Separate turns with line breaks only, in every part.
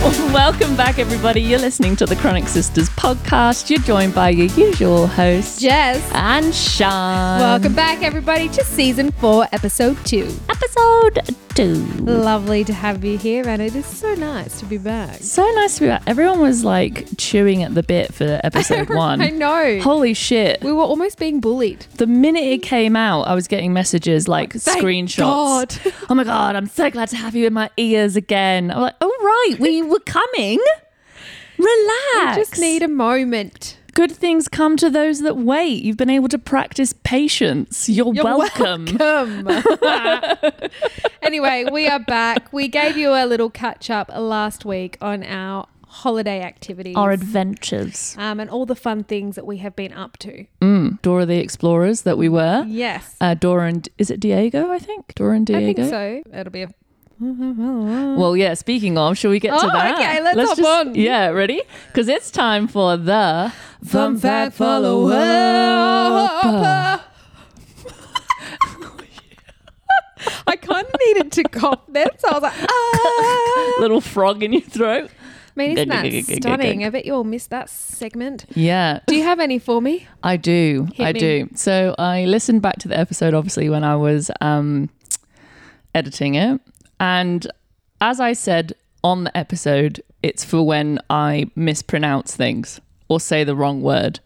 Welcome back, everybody. You're listening to the Chronic Sisters podcast. You're joined by your usual host,
Jess.
and Sean.
Welcome back, everybody, to season four, episode two.
Episode two.
Lovely to have you here, and it is so nice to be back.
So nice to be back. Everyone was like chewing at the bit for episode one.
I know.
Holy shit.
We were almost being bullied.
The minute it came out, I was getting messages like
Thank
screenshots.
God.
Oh my God, I'm so glad to have you in my ears again. I'm like, oh, right, we were coming. Relax.
Just need a moment.
Good things come to those that wait. You've been able to practice patience. You're,
You're
welcome. Mm.
welcome. anyway, we are back. We gave you a little catch up last week on our holiday activities
Our adventures.
um, and all the fun things that we have been up to.
Dora the Explorers that we were.
Yes.
Uh, Dora and is it Diego? I think Dora and
I
Diego.
think so. It'll be a
Well, yeah. Speaking of, shall we get to
Oh,
that?
okay, let's hop on.
Yeah, ready? Because it's time for the fun fact follower.
I kind of needed to cough then, so I was like, ah.
Little frog in your throat.
I mean, isn't
Go, go, go, go, go,
that
go, go.
stunning? I bet you all missed that segment.
Yeah.
Do you have any for me?
I do.
Hit
I
me.
do. So I listened back to the episode, obviously, when I was um, editing it. And as I said on the episode, it's for when I mispronounce things or say the wrong word.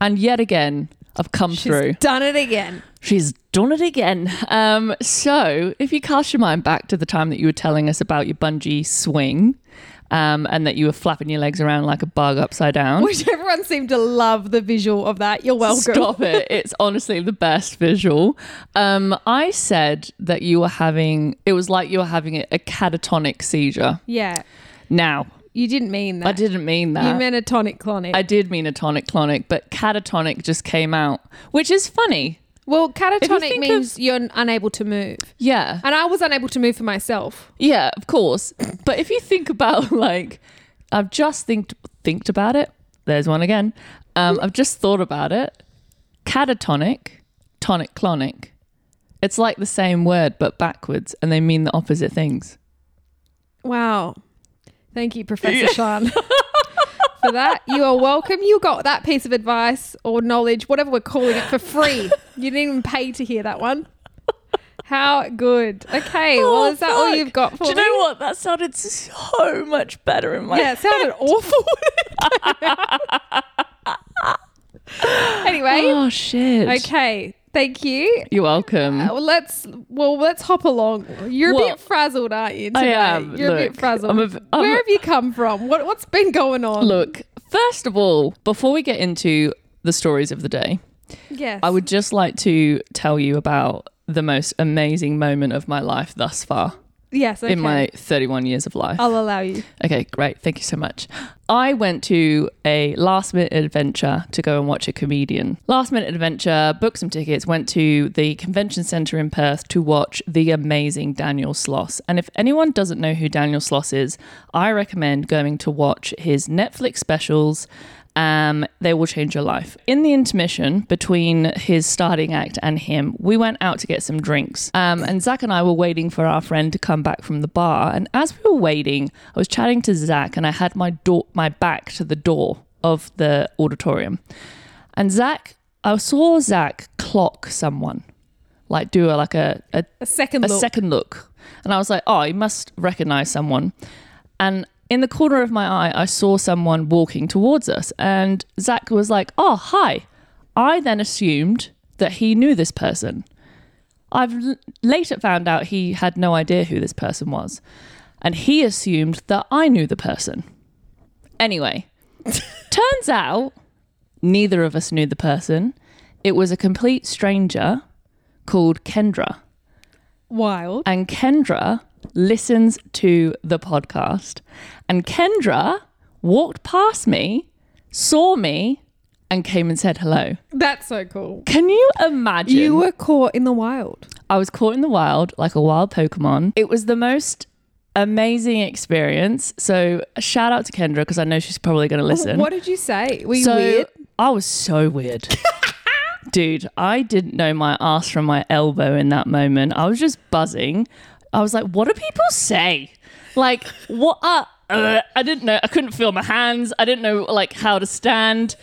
And yet again, I've come through.
done it again.
She's done it again. Um, so, if you cast your mind back to the time that you were telling us about your bungee swing um, and that you were flapping your legs around like a bug upside down.
Which everyone seemed to love the visual of that. You're welcome.
Stop it. It's honestly the best visual. Um, I said that you were having, it was like you were having a, a catatonic seizure.
Yeah,
Now,
you didn't mean
I
that.
didn't mean that.
You meant a tonic clonic.
I did mean a tonic clonic, but catatonic just came out, which is funny.
well,
think
catatonic
of-
means you're unable to move.
Yeah.
And I was unable to move for myself.
Yeah, of course. But if you think about like, I've just think thinked about it. There's one again. Um, I've just thought about it. Catatonic, tonic, clonic. It's like the same word but backwards, and they mean the opposite things.
Wow. Thank you, Professor Sean, for that. You are welcome. You got that piece of advice or knowledge, whatever we're calling it, for free. You didn't even pay to hear that one. How good. Okay. well,
Oh,
is that all
fuck.
you've got for
Do you
me?
know what? That sounded so much better in my
Yeah, it sounded awful. anyway,
Oh shit.
okay. Thank you.
You're welcome.
Uh, Well, let's well let's hop along. You're a
Well,
bit frazzled, aren't you?
I
Today?
am,
You're a
look.
bit frazzled.
I'm a v- I'm
Where
a-
have you come from? What what's been going on?
Look, first of all, before we get into the stories of the day,
Yes.
I would just like to tell you about the most amazing moment of my life thus far
Yes. Okay.
in my 31 years of life.
I'll allow you.
Okay, great. Thank you so much. I went to a last minute adventure to go and watch a comedian. Last minute adventure, booked some tickets, went to the convention center in Perth to watch the amazing Daniel Sloss. And if anyone doesn't know who Daniel Sloss is, I recommend going to watch his Netflix specials. Um, they will change your life. In the intermission between his starting act and him, we went out to get some drinks. Um, and Zach and I were waiting for our friend to come back from the bar. And as we were waiting, I was chatting to Zach, and I had my door, my back to the door of the auditorium. And Zach, I saw Zach clock someone, like do a like a, a
A second
a
look.
second look. And I was like, oh, he must recognize someone. And in the corner of my eye, I saw someone walking towards us. And Zach was like, oh, hi. I then assumed that he knew this person. I've l- later found out he had no idea who this person was. And he assumed that I knew the person. Anyway, turns out neither of us knew the person. It was a complete stranger called Kendra
Wild.
and Kendra listens to the podcast. And Kendra walked past me, saw me, and came and said hello.
That's so cool.
Can you imagine?
You were caught in the wild.
I was caught in the wild like a wild Pokemon. It was the most amazing experience. So, shout out to Kendra because I know she's probably going to listen.
What did you say? Were you
so,
weird?
I was so weird. Dude, I didn't know my ass from my elbow in that moment. I was just buzzing. I was like, what do people say? Like, what are uh, I didn't know. I couldn't feel my hands. I didn't know like how to stand.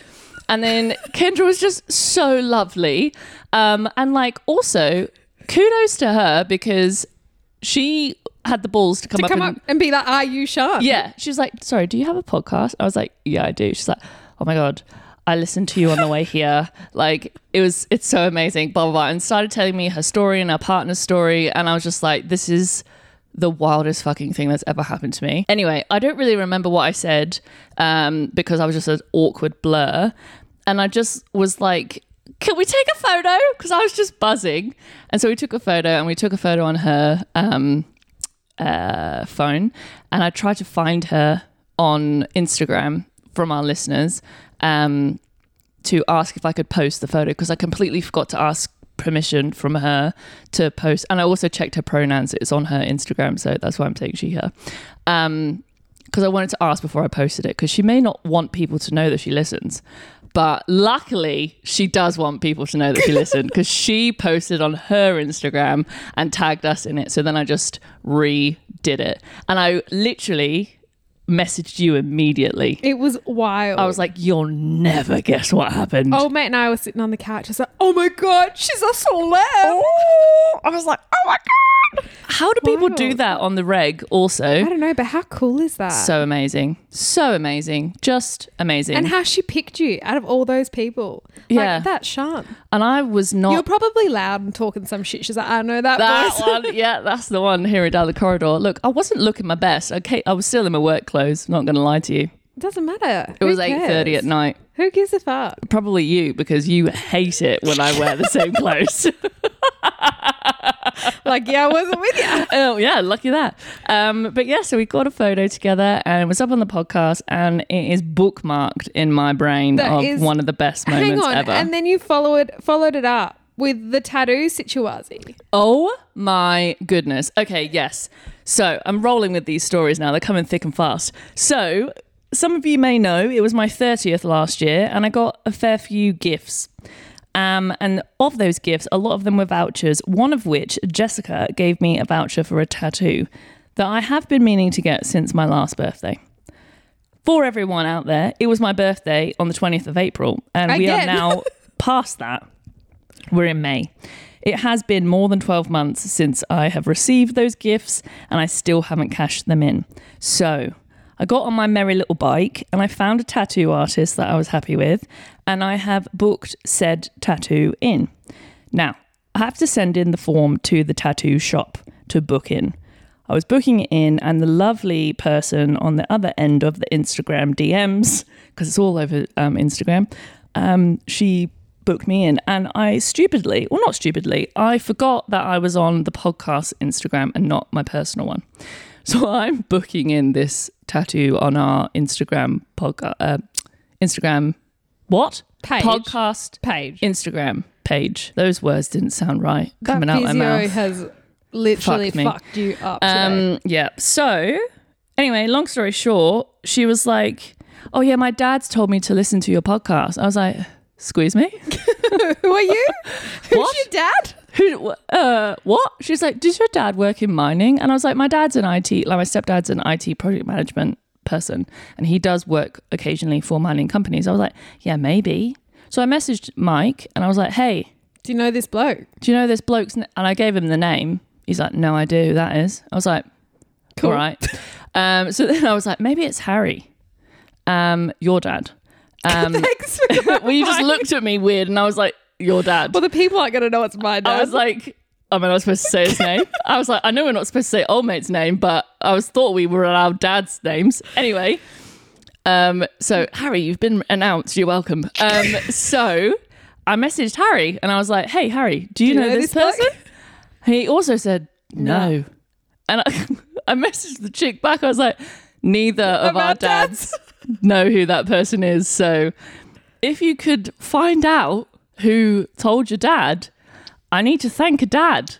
And then Kendra was just so lovely. Um, and like also kudos to her because she had the balls to come,
to
up,
come
and,
up and be like, "Are you Sean?"
yeah. She was like, sorry, do you have a podcast? I was like, yeah, I do. She's like, oh my God, I listened to you on the way here. Like, it was, it's so amazing, blah, blah, blah. And started telling me her story and her partner's story. And I was just like, this is the wildest fucking thing that's ever happened to me. Anyway, I don't really remember what I said um, because I was just an awkward blur. And I just was like, can we take a photo? Because I was just buzzing. And so we took a photo and we took a photo on her. Um, uh, phone and I tried to find her on Instagram from our listeners um, to ask if I could post the photo because I completely forgot to ask permission from her to post. And I also checked her pronouns, it's on her Instagram, so that's why I'm saying she, her. Um, because I wanted to ask before I posted it because she may not want people to know that she listens. But luckily, she does want people to know that she listened because she posted on her Instagram and tagged us in it. So then I just redid it. And I literally messaged you immediately.
it was wild.
I was like, you'll never guess what happened.
old mate and I were sitting on the couch. I was like, "Oh my god, she's a celeb!"
I was like, oh my God. How do people do
Wild.
that on the reg also?
I don't know, but how cool is that?
So amazing. So amazing. Just amazing.
and
And,
how she picked you out of all those people.
Yeah.
Like, that's Sean.
I was not.
You're probably loud and talking some shit. She's like, I know that,
That
voice.
one, yeah, that's the one. Hearing down the corridor. Look, I wasn't looking my best. Okay, I was still in my work clothes. Not going to lie to you.
Doesn't matter.
It was eight thirty at night.
Who gives a fuck?
Probably you because you hate it when I wear the same clothes.
Like, yeah, I wasn't with you.
oh yeah, lucky that. Um, but yeah, so we got a photo together and it was up on the podcast and it is bookmarked in my brain
That
of
is-
one of the best
Hang
moments
on,
ever.
and then you followed followed it up with the tattoo situazi.
Oh my goodness. Okay, yes. So I'm rolling with these stories now. They're coming thick and fast. So some of you may know it was my 30th last year, and I got a fair few gifts. Um, and of those gifts, a lot of them were vouchers, one of which, Jessica, gave me a voucher for a tattoo that I have been meaning to get since my last birthday. For everyone out there, it was my birthday on the 20th of April, and we are
Again.
now past that. We're in May. It has been more than 12 months since I have received those gifts and I still haven't cashed them in. So I got on my merry little bike and I found a tattoo artist that I was happy with and I have booked said tattoo in. Now, I have to send in the form to the tattoo shop to book in. I was booking it in, and the lovely person on the other end of the Instagram DMs, because it's all over um, Instagram, um, she booked me in. And I stupidly, well, not stupidly, I forgot that I was on the podcast Instagram and not my personal one. So I'm booking in this tattoo on our Instagram podcast, uh, Instagram, what?
Page.
Podcast
Page.
Instagram page. Those words didn't sound right coming
that
out my
physio
mouth.
has literally
Fuck me.
fucked you up. today.
Um, yeah. So, anyway, long story short, she was like, "Oh yeah, my dad's told me to listen to your podcast." I was like, "Squeeze me?
Who are you?
What?
Who's your dad?
Who? wh- Uh, what?" She's like, "Does your dad work in mining?" And I was like, "My dad's an IT, like my stepdad's an IT project management person, and he does work occasionally for mining companies." I was like, "Yeah, maybe." So I messaged Mike, and I was like, "Hey."
Do you know this bloke?
do you know this bloke's n-? and i gave him the name he's like no i do who that is i was like
Cool.
all right um, so then i was like maybe it's harry um, your dad um,
Thanks for
well you just
clarifying.
looked at me weird and i was like your dad
Well, the people aren't going to know it's my dad.
i was like am i not supposed to say his name i was like i know we're not supposed to say old mate's name but i was thought we were allowed dad's names anyway um, so harry you've been announced you're welcome um, so i messaged harry and i was like hey harry do you, know, this
bloke?
person he also said no.
No.
And I, I messaged the chick back. I was like, neither of
Of our
our dads know who that person is. So if you could find out who told your dad, I need to thank a dad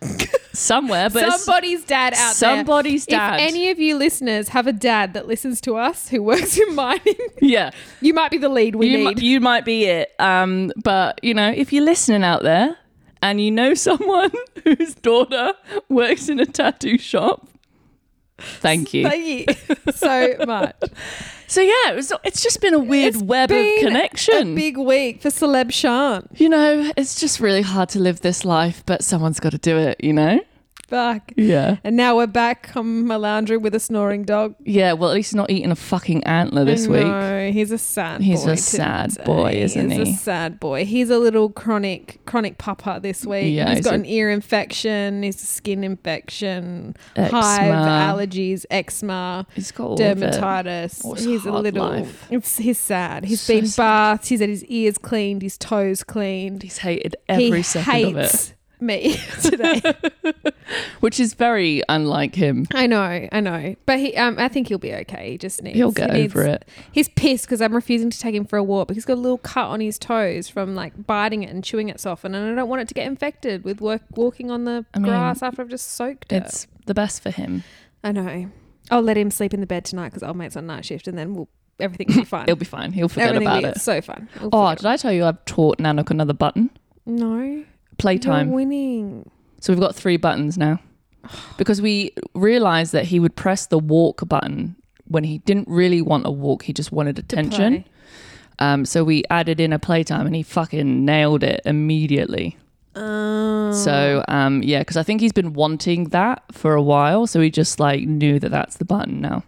somewhere. But it's-
Somebody's dad out
Somebody's
there.
dad.
If any of you listeners have a dad that listens to us who works in mining,
yeah,
you might be the lead we
you, mi-
need.
you might be it. Um, but, you know, if you're listening out there and you know someone whose daughter works in a tattoo shop, Thank you.
Thank you so much.
So yeah, it was, it's just been a weird
It's
web
been
of connection.
A big week for Celeb Shan.
you know, it's just really hard to live this life, but someone's got to do it. You know?
Fuck.
Yeah.
And now we're back. I'm Melandra with a snoring dog.
Yeah. Well, at least he's not eating a fucking antler this week.
No, he's a sad
He's
boy.
a sad
today.
boy, isn't
he's
he?
a sad boy. He's a little chronic chronic papa this week.
Yeah,
he's
he's a-
got an ear infection, he's a skin infection, hive,
Eczema.
allergies, eczema,
He's got all of it.
dermatitis.
Oh, it's
He's a
hard
little
life.
it's he's sad. He's
So
been
sad.
bathed, he's had his ears cleaned, his toes cleaned.
He's hated every
he
second of it.
hates me today.
which is very unlike him.
I know, I know, but he, um, I think he'll be okay. He just needs.
He'll get
he needs-
over it.
He's pissed because I'm refusing to take him for a walk because he's got a little cut on his toes from like biting it and chewing itself, and I don't want it to get infected with work, walking on the
I mean,
grass after I've just soaked it.
It's the best for him.
I know. I'll let him sleep in the bed tonight because old mate's on night shift, and then we'll everything will be fine.
He'll be fine. He'll forget
everything
about
will be
it.
so fun. We'll
Oh,
forget
did I tell you I've taught Nanook another button?
about- no,
Playtime.
You're winning.
So we've got three buttons now. Because we realized that he would press the walk button when he didn't really want a walk, he just wanted
to
attention.
play.
Um, so we added in a playtime and he fucking nailed it immediately.
Um,
So um, yeah, because I think he's been wanting that for a while. So he just like knew that that's the button now.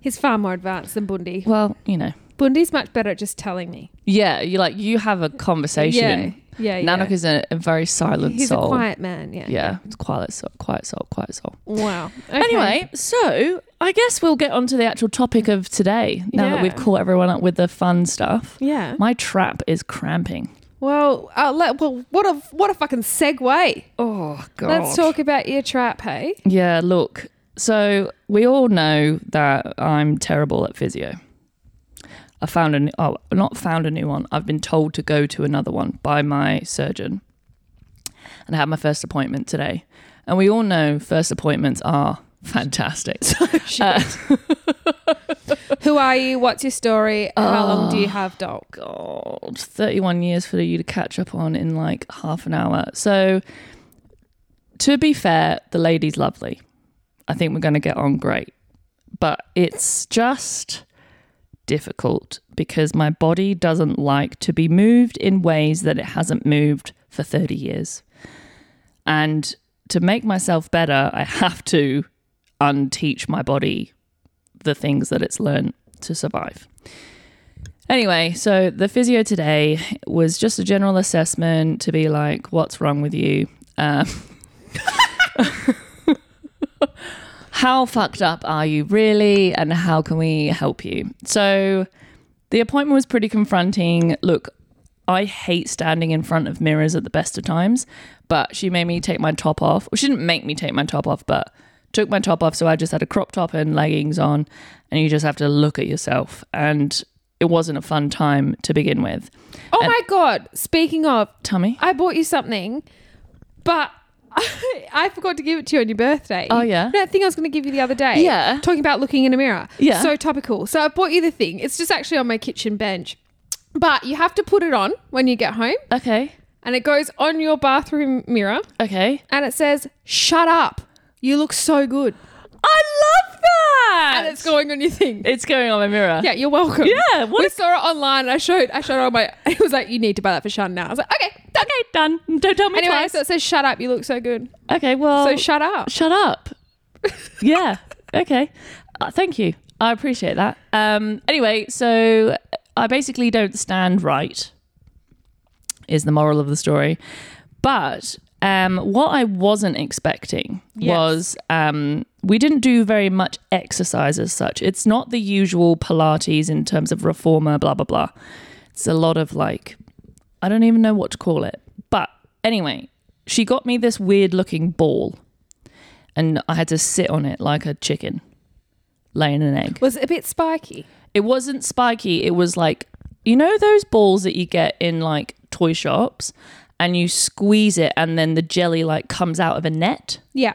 he's far more advanced than Bundy.
Well, you know.
Bundy's much better at just telling me.
Yeah, you like you have a conversation.
Yeah, yeah. yeah.
Nanook is a, a very silent
He's
soul.
a quiet man. Yeah.
yeah, it's quiet soul, quiet soul, quiet soul.
Wow.
Anyway, so I guess we'll get onto the actual topic of today. Now that we've
Yeah.
caught everyone up with the fun stuff,
Yeah.
my trap is cramping.
Well, uh, let, well, what a what a fucking segue.
Oh god.
Let's talk about your trap, hey?
Yeah, look. So we all know that I'm terrible at physio. I found a new, oh, not found a new one. I've been told to go to another one by my surgeon, and I had my first appointment today. And we all know first appointments are fantastic.
Who are you? What's your story? How long do you have, doll?
Ah. God, 31 years for you to catch up on in like half an hour. So, to be fair, the lady's lovely. I think we're going to get on great. But it's just difficult because my body doesn't like to be moved in ways that it hasn't moved for 30 years. And to make myself better, I have to unteach my body the things that it's learned to survive. Anyway, so the physio today was just a general assessment to be like, what's wrong with you? Um, how fucked up are you really? And how can we help you? So the appointment was pretty confronting. Look, I hate standing in front of mirrors at the best of times, but she made me take my top off. Well, she didn't make me take my top off, but took my top off. So I just had a crop top and leggings on, and you just have to look at yourself. And it wasn't a fun time to begin with.
Oh my god, speaking of,
Tummy?
I bought you something, but I, forgot to give it to you on your birthday.
Oh, yeah?
You know That thing I was going to give you the other day.
Yeah.
Talking about looking in a mirror.
Yeah.
So topical. So I bought you the thing. It's just actually on my kitchen bench. But you have to put it on when you get home,
Okay.
and it goes on your bathroom mirror.
Okay.
and it says, "Shut up, you look so good,"
I love that.
and it's going on your thing.
It's going on my mirror.
Yeah, you're welcome.
Yeah, what
we
a-
saw it online. I showed, I showed it on my. It was like, "You need to buy that for Shan now." I was like, "Okay." done."
Okay, done. Don't tell me
Anyway,
twice.
so it says, "Shut up, you look so good."
okay, well.
So shut up.
shut up. yeah. Okay. Uh, thank you. I appreciate that. Um, anyway, so I basically don't stand right, is the moral of the story. But um, what I wasn't expecting
Yes.
was um, we didn't do very much exercise as such. It's not the usual Pilates in terms of reformer, blah, blah, blah. It's a lot of like, I don't even know what to call it. But anyway, she got me this weird looking ball and I had to sit on it like a chicken laying an egg.
Was it a bit spiky?
It wasn't spiky, it was like you know those balls that you get in like toy shops and you squeeze it and then the jelly like comes out of a net.
Yeah.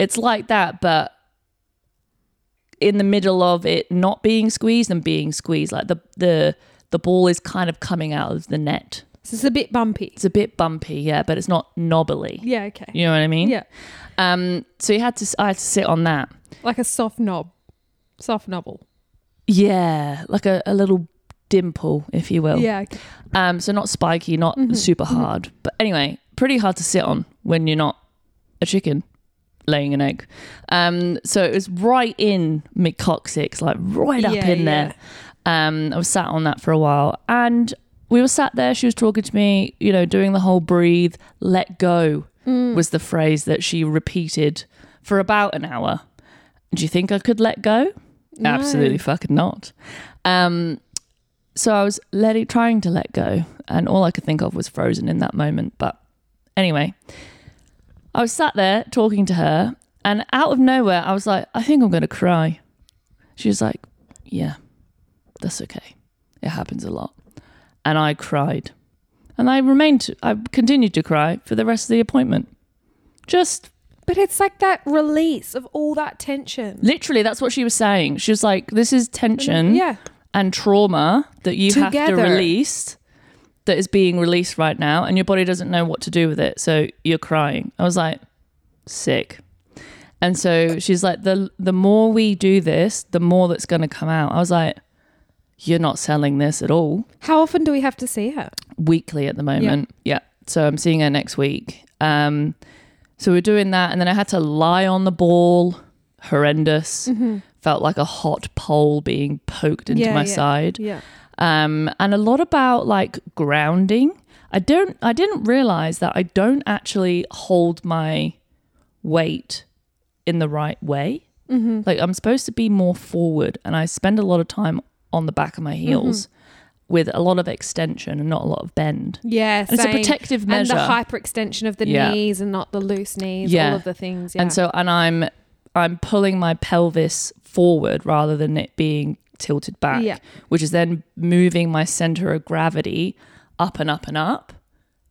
It's like that but in the middle of it not being squeezed and being squeezed like the the the ball is kind of coming out of the net.
So it's a bit bumpy.
It's a bit bumpy, yeah, but it's not knobbly.
Yeah, okay.
You know what I mean?
Yeah.
Um, so you had to, s- I had to sit on that.
Like a soft knob. Soft knobble.
Yeah, like a, a little dimple, if you will.
Yeah. okay.
Um, so not spiky, not super hard, but anyway, pretty hard to sit on when you're not a chicken laying an egg. Um, so it was right in mid coccyx, like right up
Yeah,
in there. Um, I was sat on that for a while, and we were sat there. She was talking to me, you know, doing the whole breathe, let go was the phrase that she repeated for about an hour. Do you think I could let go?
No.
Absolutely fucking not. Um, so I was letting, trying to let go, and all I could think of was frozen in that moment. But anyway, I was sat there talking to her, and out of nowhere, I was like, I think I'm going to cry. She was like, Yeah, that's okay. It happens a lot. And I cried. And I remained, I continued to cry for the rest of the appointment. Just
But it's like that release of all that tension.
literally, that's what she was saying. She was like, This is tension
Yeah.
and trauma that you have to
Together.
release that is being released right now and your body doesn't know what to do with it so you're crying i was like sick and so she's like the the more we do this the more that's going to come out i was like you're not selling this at all
How often do we have to see her?
weekly at the moment yeah, so i'm seeing her next week um so we're doing that and then i had to lie on the ball horrendous felt like a hot pole being poked into
Mm-hmm. Yeah,
my
yeah.
side
Yeah.
um, and a lot about like grounding. I don't. I didn't realize that I don't actually hold my weight in the right way. Like I'm supposed to be more forward, and I spend a lot of time on the back of my heels with a lot of extension and not a lot of bend.
Yeah.
And it's a
same.
protective
And
measure.
the hyperextension of the
Yeah.
knees and not the loose knees,
Yeah.
all of the things. Yeah.
And so, and I'm I'm pulling my pelvis forward rather than it being tilted back,
Yeah.
which is then moving my center of gravity up and up and up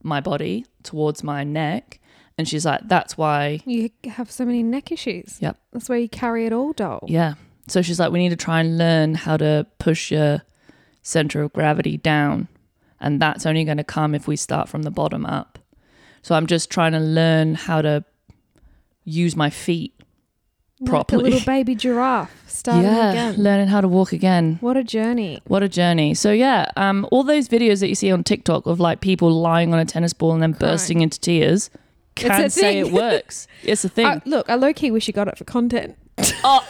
my body towards my neck. And she's like, "That's why."
you have so many neck issues.
Yep.
That's where you carry it all, doll.
Yeah. So she's like, "We need to try and learn how to push your center of gravity down, and that's only going to come if we start from the bottom up." So I'm just trying to learn how to use my feet properly.
Like a little baby giraffe starting again.
learning how to walk again.
What a journey.
What a journey. So yeah, um, all those videos that you see on TikTok of like people lying on a tennis ball and then
Crying.
bursting into tears.
a
Can't say
thing.
it works. It's a thing.
I, Uh, look, I low key wish you got it for content.
oh,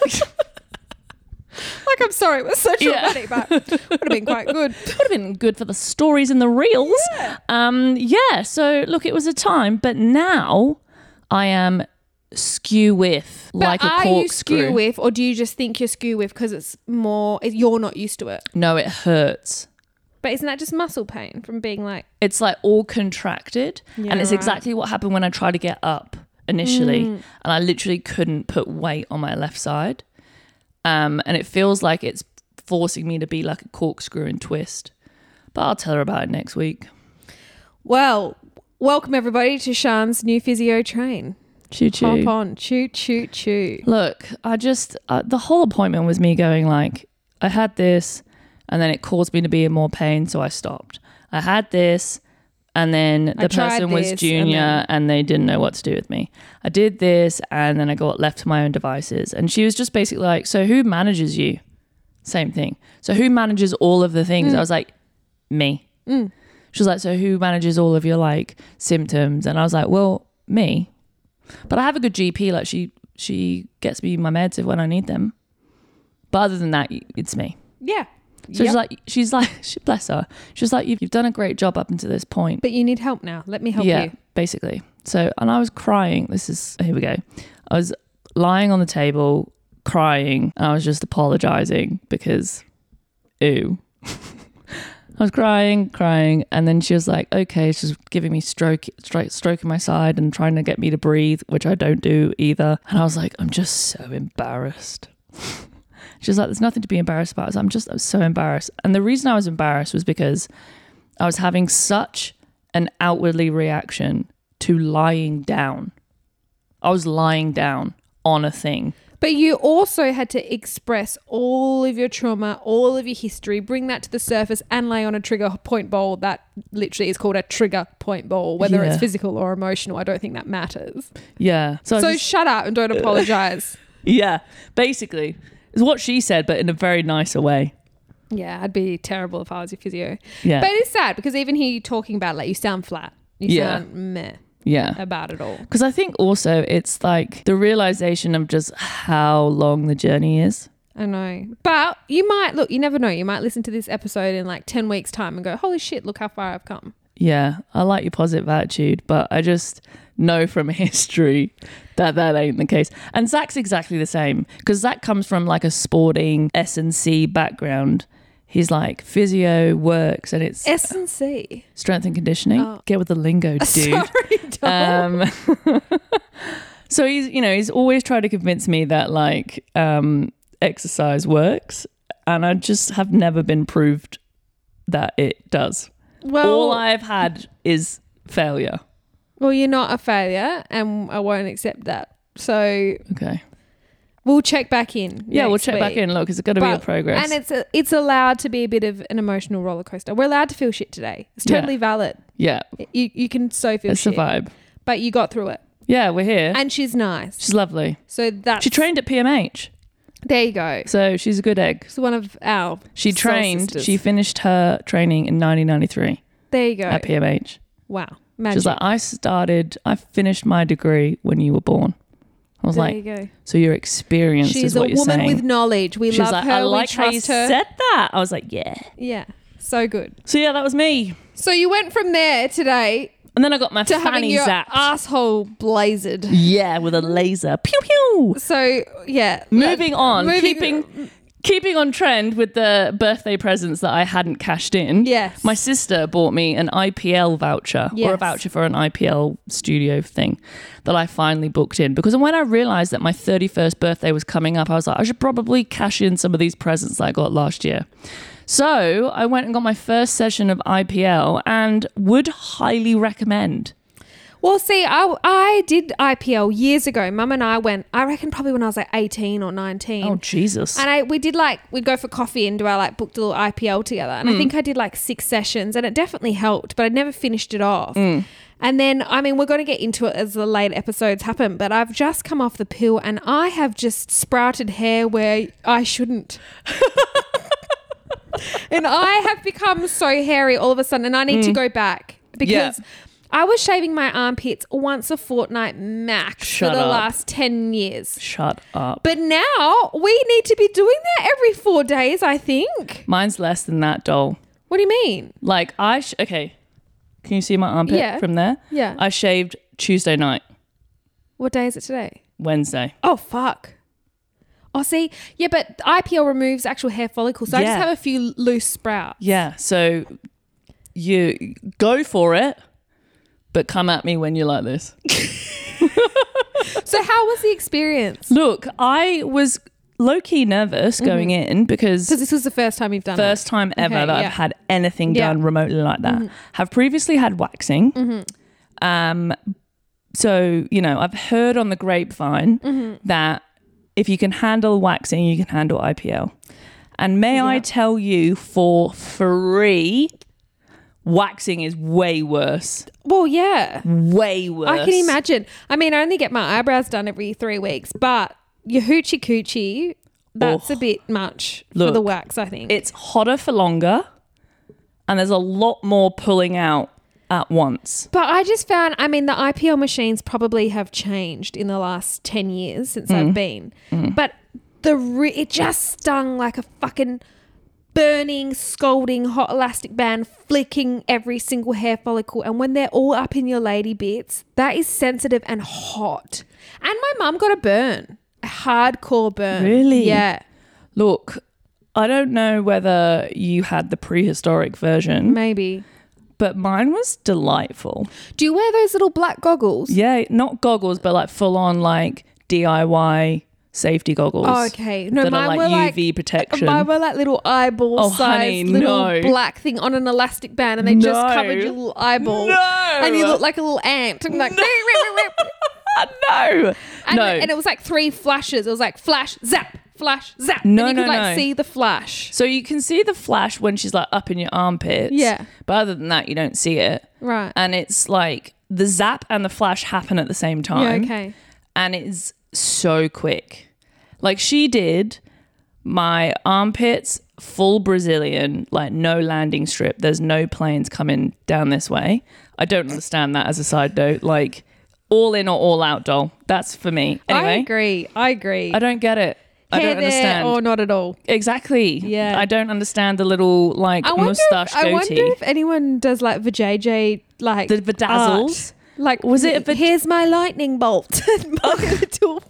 Like, I'm sorry, it was so
Yeah.
traumatic, but would have been quite good.
would have been good for the stories and the reels. Um, yeah. So look, it was a time, but now I am skew with like a
but are you skew
corkscrew.
with, or do you just think you're skew with because it's more, it- you're not used to it?
No, it hurts.
But isn't that just muscle pain from being like,
it's like all contracted
Yeah,
and it's
right.
exactly what happened when i tried to get up initially and i literally couldn't put weight on my left side um, and it feels like it's forcing me to be like a corkscrew and twist but i'll tell her about it next week
well, welcome everybody to Shan's new physio train.
choo choo
Hop on, choo, choo, choo.
look i just uh, the whole appointment was me going like i had this and then it caused me to be in more pain so i stopped i had this and then the
tried
person was
this, and
junior
then-
and, they didn't know what to do with me i did this and then i got left to my own devices and she was just basically like so who manages you same thing so who manages all of the
Mm.
things i was like me she was like so who manages all of your like symptoms and i was like well me but I have a good GP. Like she she gets me my meds if when I need them. But other than that, it's me.
Yeah.
So
Yep.
she's like, she's like, she, bless her. She's like, you've, you've done a great job up until this point.
but you need help now. Let me help
yeah,
you.
basically. So, and I was crying. This is here we go. I was lying on the table crying, and I was just apologizing because, ew. I was crying, crying, and then she was like, "Okay," she's giving me stroke, stroke, stroking my side and trying to get me to breathe, which I don't do either. And I was like, "I'm just so embarrassed." she was like, "There's nothing to be embarrassed about." I was like, I'm just, I'm so embarrassed. And the reason I was embarrassed was because I was having such an outwardly reaction to lying down. I was lying down on a thing.
But you also had to express all of your trauma, all of your history, bring that to the surface and lay on a trigger point bowl that literally is called a trigger point bowl, whether it's
Yeah.
physical or emotional. I don't think that matters.
Yeah. So, I
so
just-
shut up and don't apologize.
yeah, basically, it's what she said, but in a very nicer way.
yeah, I'd be terrible if I was your physio.
Yeah.
But it's sad because even here you talking about it, like you sound flat. You
Yeah.
sound meh
yeah.
about it all.
Because I think also it's like the realization of just how long the journey is.
I know. But you might look, you never know. You might listen to this episode in like 10 weeks' time and go, holy shit, look how far I've come.
Yeah, I like your positive attitude, but I just know from history that that ain't the case. And Zach's exactly the same because Zach comes from like a sporting S and C background. He's like physio works and it's
S and C.
strength and conditioning.
Oh.
Get with the lingo, dude.
Sorry, Dom.
Um, so he's, you know, he's always tried to convince me that like um, exercise works, and I just have never been proved that it does.
well,
All I've had is failure.
well, you're not a failure, and I won't accept that. So
Okay.
we'll check back in.
Yeah, we'll
next
check back
week.
in. Look, it's got to be a
But-
progress.
And it's a, it's allowed to be a bit of an emotional roller coaster. We're allowed to feel shit today. It's
Yeah.
totally valid.
yeah,
You you can so feel
it's the
shit,
vibe.
but you got through it.
Yeah, we're here.
And she's nice.
She's lovely.
So that's
She trained at PMH,
There you go.
so she's a good egg.
She's one of our.
She
soul
trained.
sisters.
She finished her training in 1993
There you go.
at PMH.
Wow.
She
Magic.
was like, I started, I finished my degree when you were born. I was
there
like,
you go.
so your experience
She's
is
a
what you're
woman
saying.
with knowledge. We
she was
love
like,
her.
I like
we
how you
trust her.
said that. I was like, yeah.
Yeah. So good.
So yeah, that was me.
So you went from there today
And then I got my
to having
fanny
your
zapped.
asshole blazered.
yeah, with a laser. Pew pew.
So yeah.
Moving on,
moving-
keeping keeping on trend with the birthday presents that I hadn't cashed in.
Yes.
My sister bought me an IPL voucher or a
Yes.
voucher for an IPL studio thing that I finally booked in because when I realized that my 31st birthday was coming up, I was like, I should probably cash in some of these presents that I got last year. So I went and got my first session of IPL and would highly recommend.
Well, see, I, I did IPL years ago. Mum and I went. I reckon probably when I was like eighteen or nineteen.
Oh, Jesus.
And I we did like we'd go for coffee and do our like booked a little IPL together. And
Hmm.
I think I did like six sessions and it definitely helped, but I never finished it off.
Hmm.
And then I mean we're gonna get into it as the late episodes happen, but I've just come off the pill and I have just sprouted hair where I shouldn't. and I have become so hairy all of a sudden and I need to go back because
Hmm. Yeah.
I was shaving my armpits once a fortnight max
Shut
for the
up.
last 10 years.
Shut up.
But now we need to be doing that every four days, I think.
Mine's less than that, doll.
What do you mean?
Like I sh- okay, can you see my armpit
Yeah.
from there?
Yeah.
I shaved Tuesday night,
What day is it today?
Wednesday.
Oh, fuck. Oh, see, yeah, but IPL removes actual hair follicles. So I just
Yeah.
have a few loose sprouts.
Yeah. So you go for it, but come at me when you're like this.
So how was the experience?
Look, I was low key nervous going in because
Because this was the first time you've done it.
first time ever
Okay,
that
yeah.
I've had anything
Yeah. Mm-hmm.
done remotely like that. Have previously had waxing. Um, so you know, I've heard on the grapevine
Mm-hmm.
that if you can handle waxing, you can handle IPL. And may I
Yeah.
tell you for free, waxing is way worse.
Well, yeah,
Way worse.
I can imagine. I mean, I only get my eyebrows done every three weeks, but your hoochie coochie, that's a bit much for the
Oh. Look,
wax, I think.
It's hotter for longer, and there's a lot more pulling out at once.
But I just found, I mean, the IPL machines probably have changed in the last 10 years since
Mm.
I've been. But the re- it just stung like a fucking burning, scalding, hot elastic band flicking every single hair follicle. And when they're all up in your lady bits, that is sensitive and hot. And my mum got a burn, a hardcore burn.
Really?
Yeah.
Look, I don't know whether you had the prehistoric
Mm.
version,
Maybe.
but mine was delightful.
Do you wear those little black goggles?
Yeah, not goggles, but like full on like DIY safety goggles.
Oh, okay. No,
that
mine
are like
were like uh,
UV protection.
Mine were like little eyeball
Oh, honey,
sized little
no.
black thing on an elastic band and they just
No.
covered your little eyeball.
No.
And you look like a little ant. I'm like,
no.
And,
No.
and it was like three flashes. It was like flash, zap, flash, zap.
No,
and you
no,
could like
no.
see the flash.
So you can see the flash when she's like up in your armpits.
Yeah.
But other than that, you don't see it.
Right.
And it's like the zap and the flash happen at the same
yeah,
time.
okay.
And it's so quick. Like she did my armpits full Brazilian, like no landing strip. There's no planes coming down this way. I don't understand that as a side note. Like all in or all out doll. That's for me. Anyway.
I agree. I agree.
I don't get it. I
Hair
don't
there
understand.
Or not at all.
Exactly.
Yeah.
I don't understand the little like
I wonder,
mustache
if, I
goatee.
wonder if anyone does like vajayjay like
The bedazzles?
art. Like
Was it a vaj-
here's my lightning bolt? Mark the tool.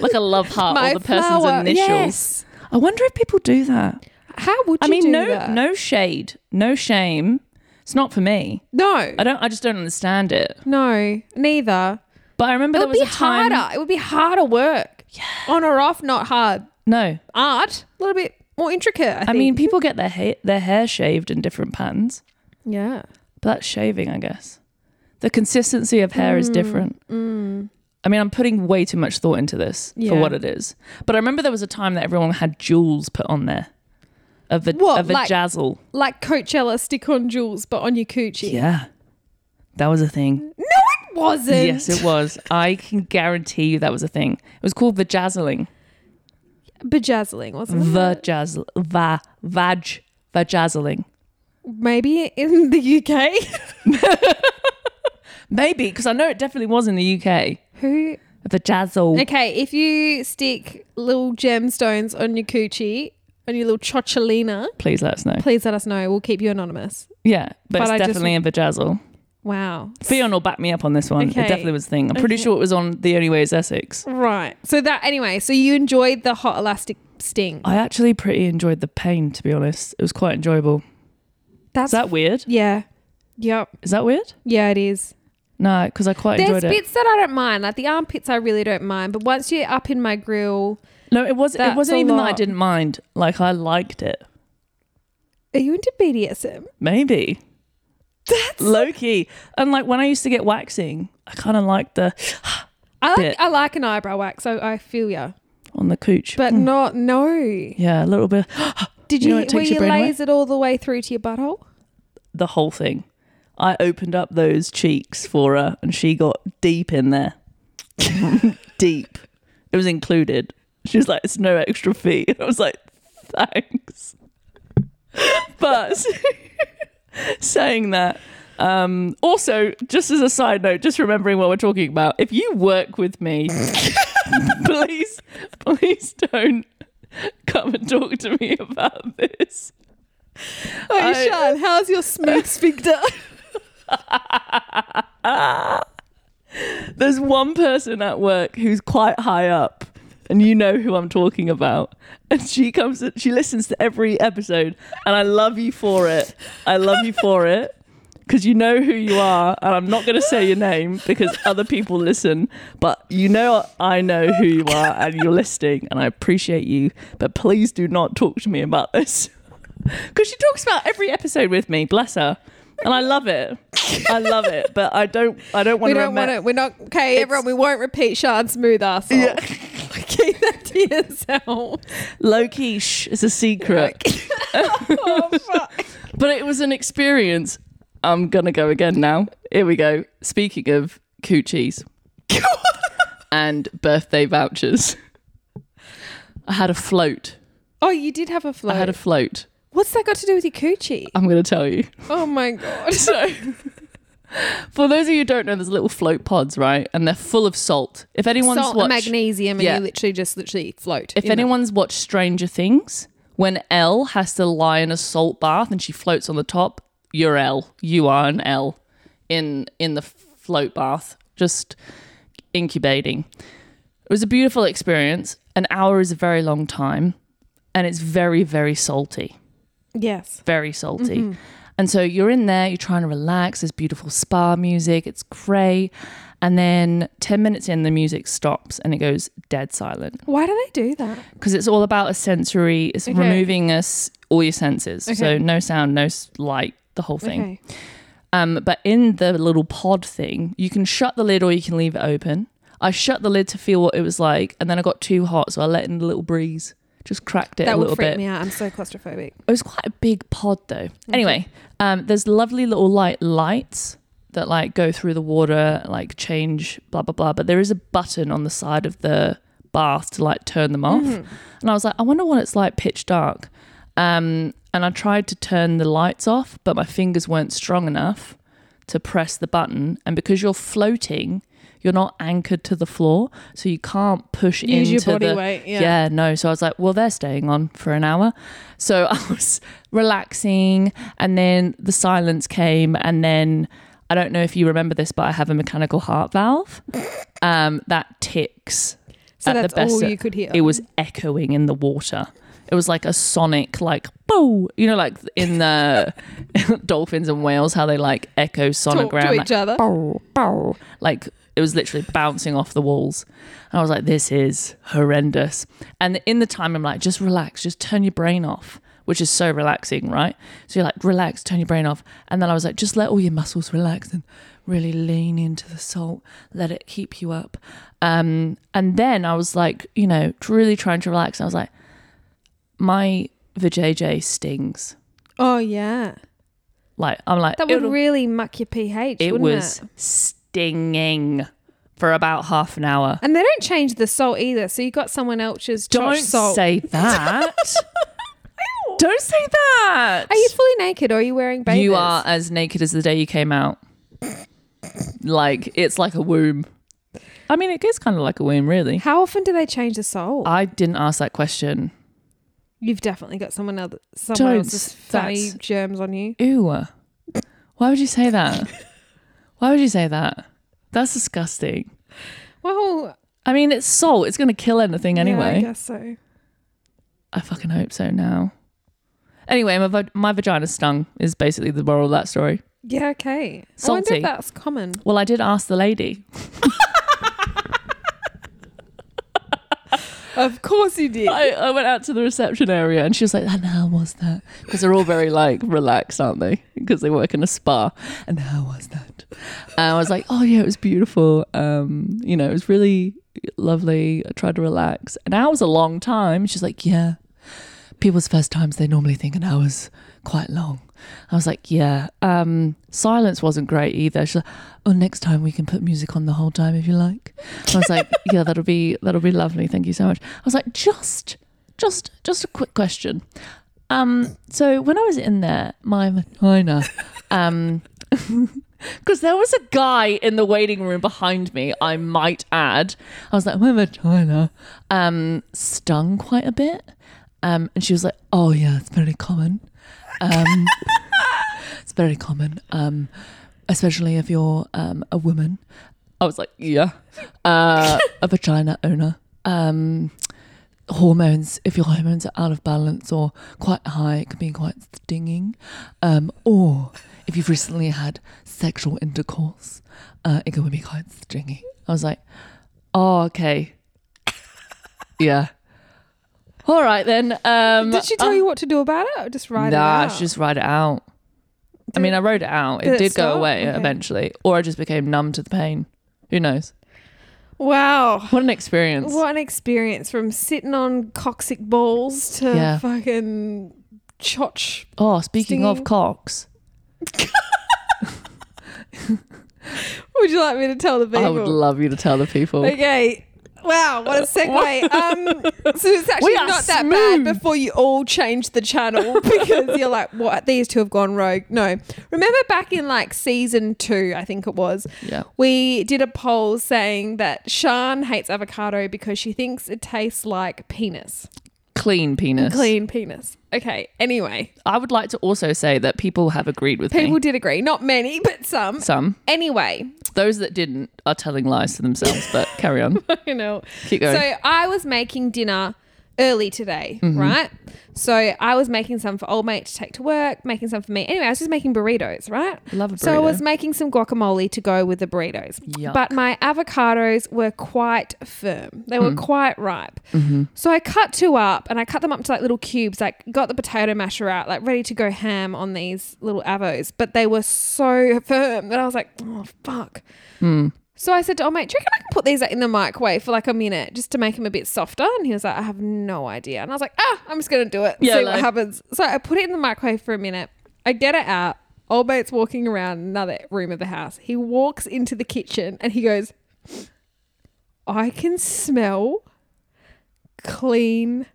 like a love heart
My
or the person's
flower.
initials.
Yes.
I wonder if people do that.
How would you
I mean,
do
no,
that?
no shade, no shame. It's not for me.
no,
I don't. I just don't understand it.
no, neither.
But I remember
it
there
would
was
be
a time.
harder. It would be harder work. Yeah. On or off, not hard.
No,
Art, a little bit more intricate. I,
I
think.
mean, people get their ha- their hair shaved in different patterns,
yeah.
but that's shaving, I guess. The consistency of hair
Mm,
is different. I mean, I'm putting way too much thought into this for
Yeah.
what it is. But I remember there was a time that everyone had jewels put on there. Of a,
What,
of a
like-
jazzle.
Like Coachella stick on jewels, but on your coochie.
Yeah. That was a thing.
Wasn't.
Yes, it was. I can guarantee you that was a thing. It was called the jazzling.
Bejazzling, wasn't it?
The jazz, va, vaj, vajazzling.
Maybe in the UK.
Maybe, because I know it definitely was in the UK.
Who
The jazzle.
Okay, if you stick little gemstones on your coochie, on your little chocholina,
Please let us know.
please let us know. We'll keep you anonymous.
Yeah, but,
But
it's
I just-
definitely a vajazzle.
Wow.
Fiona will back me up on this one.
Okay.
It definitely was a thing. I'm pretty sure it was on The Only Way is Essex.
Right. So that anyway, so you enjoyed the hot elastic sting.
I actually pretty enjoyed the pain, to be honest. It was quite enjoyable.
That's
Is that weird?
yeah. Yep.
Is that weird?
Yeah, it is.
No, because I quite
There's
enjoyed it.
bits that I don't mind, like the armpits. I really don't mind, but once you're up in my grill,
No, it was. It
That's
wasn't
a
even that I
lot.
didn't mind. Like I liked it.
are you into BDSM?
Maybe. That's low key. And like when I used to get waxing, I kind of liked the
I like
Bit.
I like an eyebrow wax. So I feel ya,
on the cooch.
but not no.
yeah, a little bit.
Hmm. Did
You
you,
know what
were
takes your
you
brain away?
lasered all the way through to your butthole?
The whole thing. I opened up those cheeks for her, and she got deep in there. deep. It was included. She was like, "It's no extra fee." I was like, "Thanks." But saying that. Um, also, just as a side note, just remembering what we're talking about, if you work with me, please, please don't come and talk to me about this.
Wait,
I-
Sean, Oh, how's your smooth sphincter?
There's one person at work who's quite high up, and you know who I'm talking about. And she comes, she listens to every episode, and I love you for it. I love you for it because you know who you are, and I'm not going to say your name because other people listen, but you know I know who you are, and you're listening, and I appreciate you. But please do not talk to me about this because she talks about every episode with me. Bless her. And I love it. I love it, but I don't. I don't want
we
to.
don't want to. We're not okay, everyone. We won't repeat Sean's smooth arsehole.
Yeah.
Keep that to yourself.
low key shh, it's a secret
Oh, fuck.
but it was an experience i'm gonna go again now here we go speaking of coochies and birthday vouchers i had a float
oh, you did have a flow.
i had a float
What's that got to do with your coochie?
i'm gonna tell you
Oh my god.
so for those of you who don't know there's little float pods right and they're full of salt if anyone's
Salt and
watched
magnesium, and
Yeah.
you literally just literally float.
If
in them.
anyone's watched Stranger Things, when Elle has to lie in a salt bath and she floats on the top, you're Elle. You are an Elle in in the float bath, just incubating. It was a beautiful experience. An hour is a very long time, and it's very very salty
yes,
very salty. And so you're in there, you're trying to relax, there's beautiful spa music, it's great. And then 10 minutes in, the music stops and it goes dead silent
why do they do that?
because it's all about a sensory, it's
Okay.
removing us all your senses. So
Okay.
no sound, no s- light, the whole thing.
Okay.
Um, but in the little pod thing, you can shut the lid or you can leave it open. I shut the lid to feel what it was like, and then I got too hot, so I let in a little breeze. Just cracked it
that
a
would
little
freak
bit.
me out. I'm so claustrophobic.
It was quite a big pod though. Anyway, um, there's lovely little light lights that like go through the water, like change blah blah blah. But there is a button on the side of the bath to like turn them off.
Mm-hmm.
And I was like, I wonder what it's like pitch dark. Um, and I tried to turn the lights off, but my fingers weren't strong enough to press the button. And because you're floating, you're not anchored to the floor, so you can't push
Use
into
your body
the
weight. Yeah.
no. So I was like, well, they're staying on for an hour. So I was relaxing, and then the silence came, and then I don't know if you remember this, but I have a mechanical heart valve um, that ticks.
So
at
that's
the best
all
it-
you could hear.
It was echoing in the water. It was like a sonic, like boo, you know, like in the dolphins and whales, how they like echo
Talk
sonogram,
to
like,
each other.
bow, bow. Like it was literally bouncing off the walls. And I was like, this is horrendous. And in the time, I'm like, just relax, just turn your brain off, which is so relaxing, right? So you're like, relax, turn your brain off. And then I was like, just let all your muscles relax and really lean into the salt, let it keep you up. Um, and then I was like, you know, really trying to relax. And I was like, my vajayjay stings.
Oh yeah,
Like, I'm like,
that would
"It'll-
really muck your pH.
it
wouldn't
was
it?
stinging for about half an hour.
And they don't change the salt either. So you got someone else's
Don't
Josh salt.
say that. Don't say that.
are you fully naked or are you wearing bathers?
You are as naked as the day you came out. like it's like a womb. I mean, it is kind of like a womb, really.
How often do they change the salt?
I didn't ask that question.
You've definitely got someone else, someone
Don't
else's funny
that's-
germs on you.
Ew. Why would you say that? Why would you say that? That's disgusting.
Well,
I mean, it's salt. It's going to kill anything
yeah,
anyway.
I guess so.
I fucking hope so now. Anyway, my, va- my vagina stung is basically the moral of that story.
Yeah, okay. I wonder
Salty.
if that's common.
Well, I did ask the lady.
Of course you did.
I, I went out to the reception area and she was like, and how was that? Because they're all very like relaxed, aren't they? Because they work in a spa. And how was that? And I was like, oh yeah, it was beautiful. Um, you know, it was really lovely. I tried to relax. An hour's a long time. She's like, yeah. People's first times, they normally think an hour's quite long. I was like, yeah. Um, silence wasn't great either. She's like, oh, next time we can put music on the whole time if you like. I was like, yeah, that'll be that'll be lovely. Thank you so much. I was like, just, just, just a quick question. Um, so when I was in there, my vagina, um, because there was a guy in the waiting room behind me. I might add, I was like, my vagina, um, stung quite a bit. Um, and she was like, oh yeah, it's very common. Um, it's very common, um, especially if you're um, a woman. I was like, yeah, uh, a vagina owner. Um, hormones, if your hormones are out of balance or quite high, it can be quite stinging. Um, or if you've recently had sexual intercourse, uh, it can be quite stingy. I was like, oh, okay. yeah. All right then. Um,
did she tell
uh,
you what to do about it or just write
nah,
it out?
she just write it out. I mean, I wrote it out. It
did it
did, go
stop?
away
Okay.
eventually, or I just became numb to the pain. Who knows?
wow.
What an experience!
What an experience from sitting on coccyx balls to
Yeah.
fucking chotch.
Oh, speaking of
Stinging.
cocks,
Would you like me to tell the people?
I would love you to tell the people.
Okay. Wow, what a segue. Um, so it's actually
We are
not that
smooth.
bad before you all change the channel because you're like, what? These two have gone rogue. No. Remember back in like season two, I think it was,
Yeah,
we did a poll saying that Shan hates avocado because she thinks it tastes like penis,
clean penis.
clean penis. Okay. Anyway,
I would like to also say that people have agreed with
people
me.
did agree. Not many, but some.
Some
Anyway,
those that didn't are telling lies to themselves. But carry on.
you know.
Keep going. Mm-hmm.
So I was making dinner early today, right? So I was making some for old mate to take to work, making some for me. Anyway, I was just making burritos, right?
Love a
So I
burrito.
was making some guacamole to go with the burritos.
Yuck.
But my avocados were quite firm. They
Mm.
were quite ripe.
Mm-hmm.
So I cut two up and I cut them up into like little cubes, like got the potato masher out, like ready to go ham on these little avos. But they were so firm that I was like, oh, fuck. So I said to oh mate, do you reckon I can put these in the microwave for like a minute just to make them a bit softer? And he was like, I have no idea. And I was like, ah, I'm just gonna do it.
Yeah,
see
like-
what happens. So I put it in the microwave for a minute. I get it out. Old mate's walking around another room of the house. He walks into the kitchen and he goes, I can smell clean,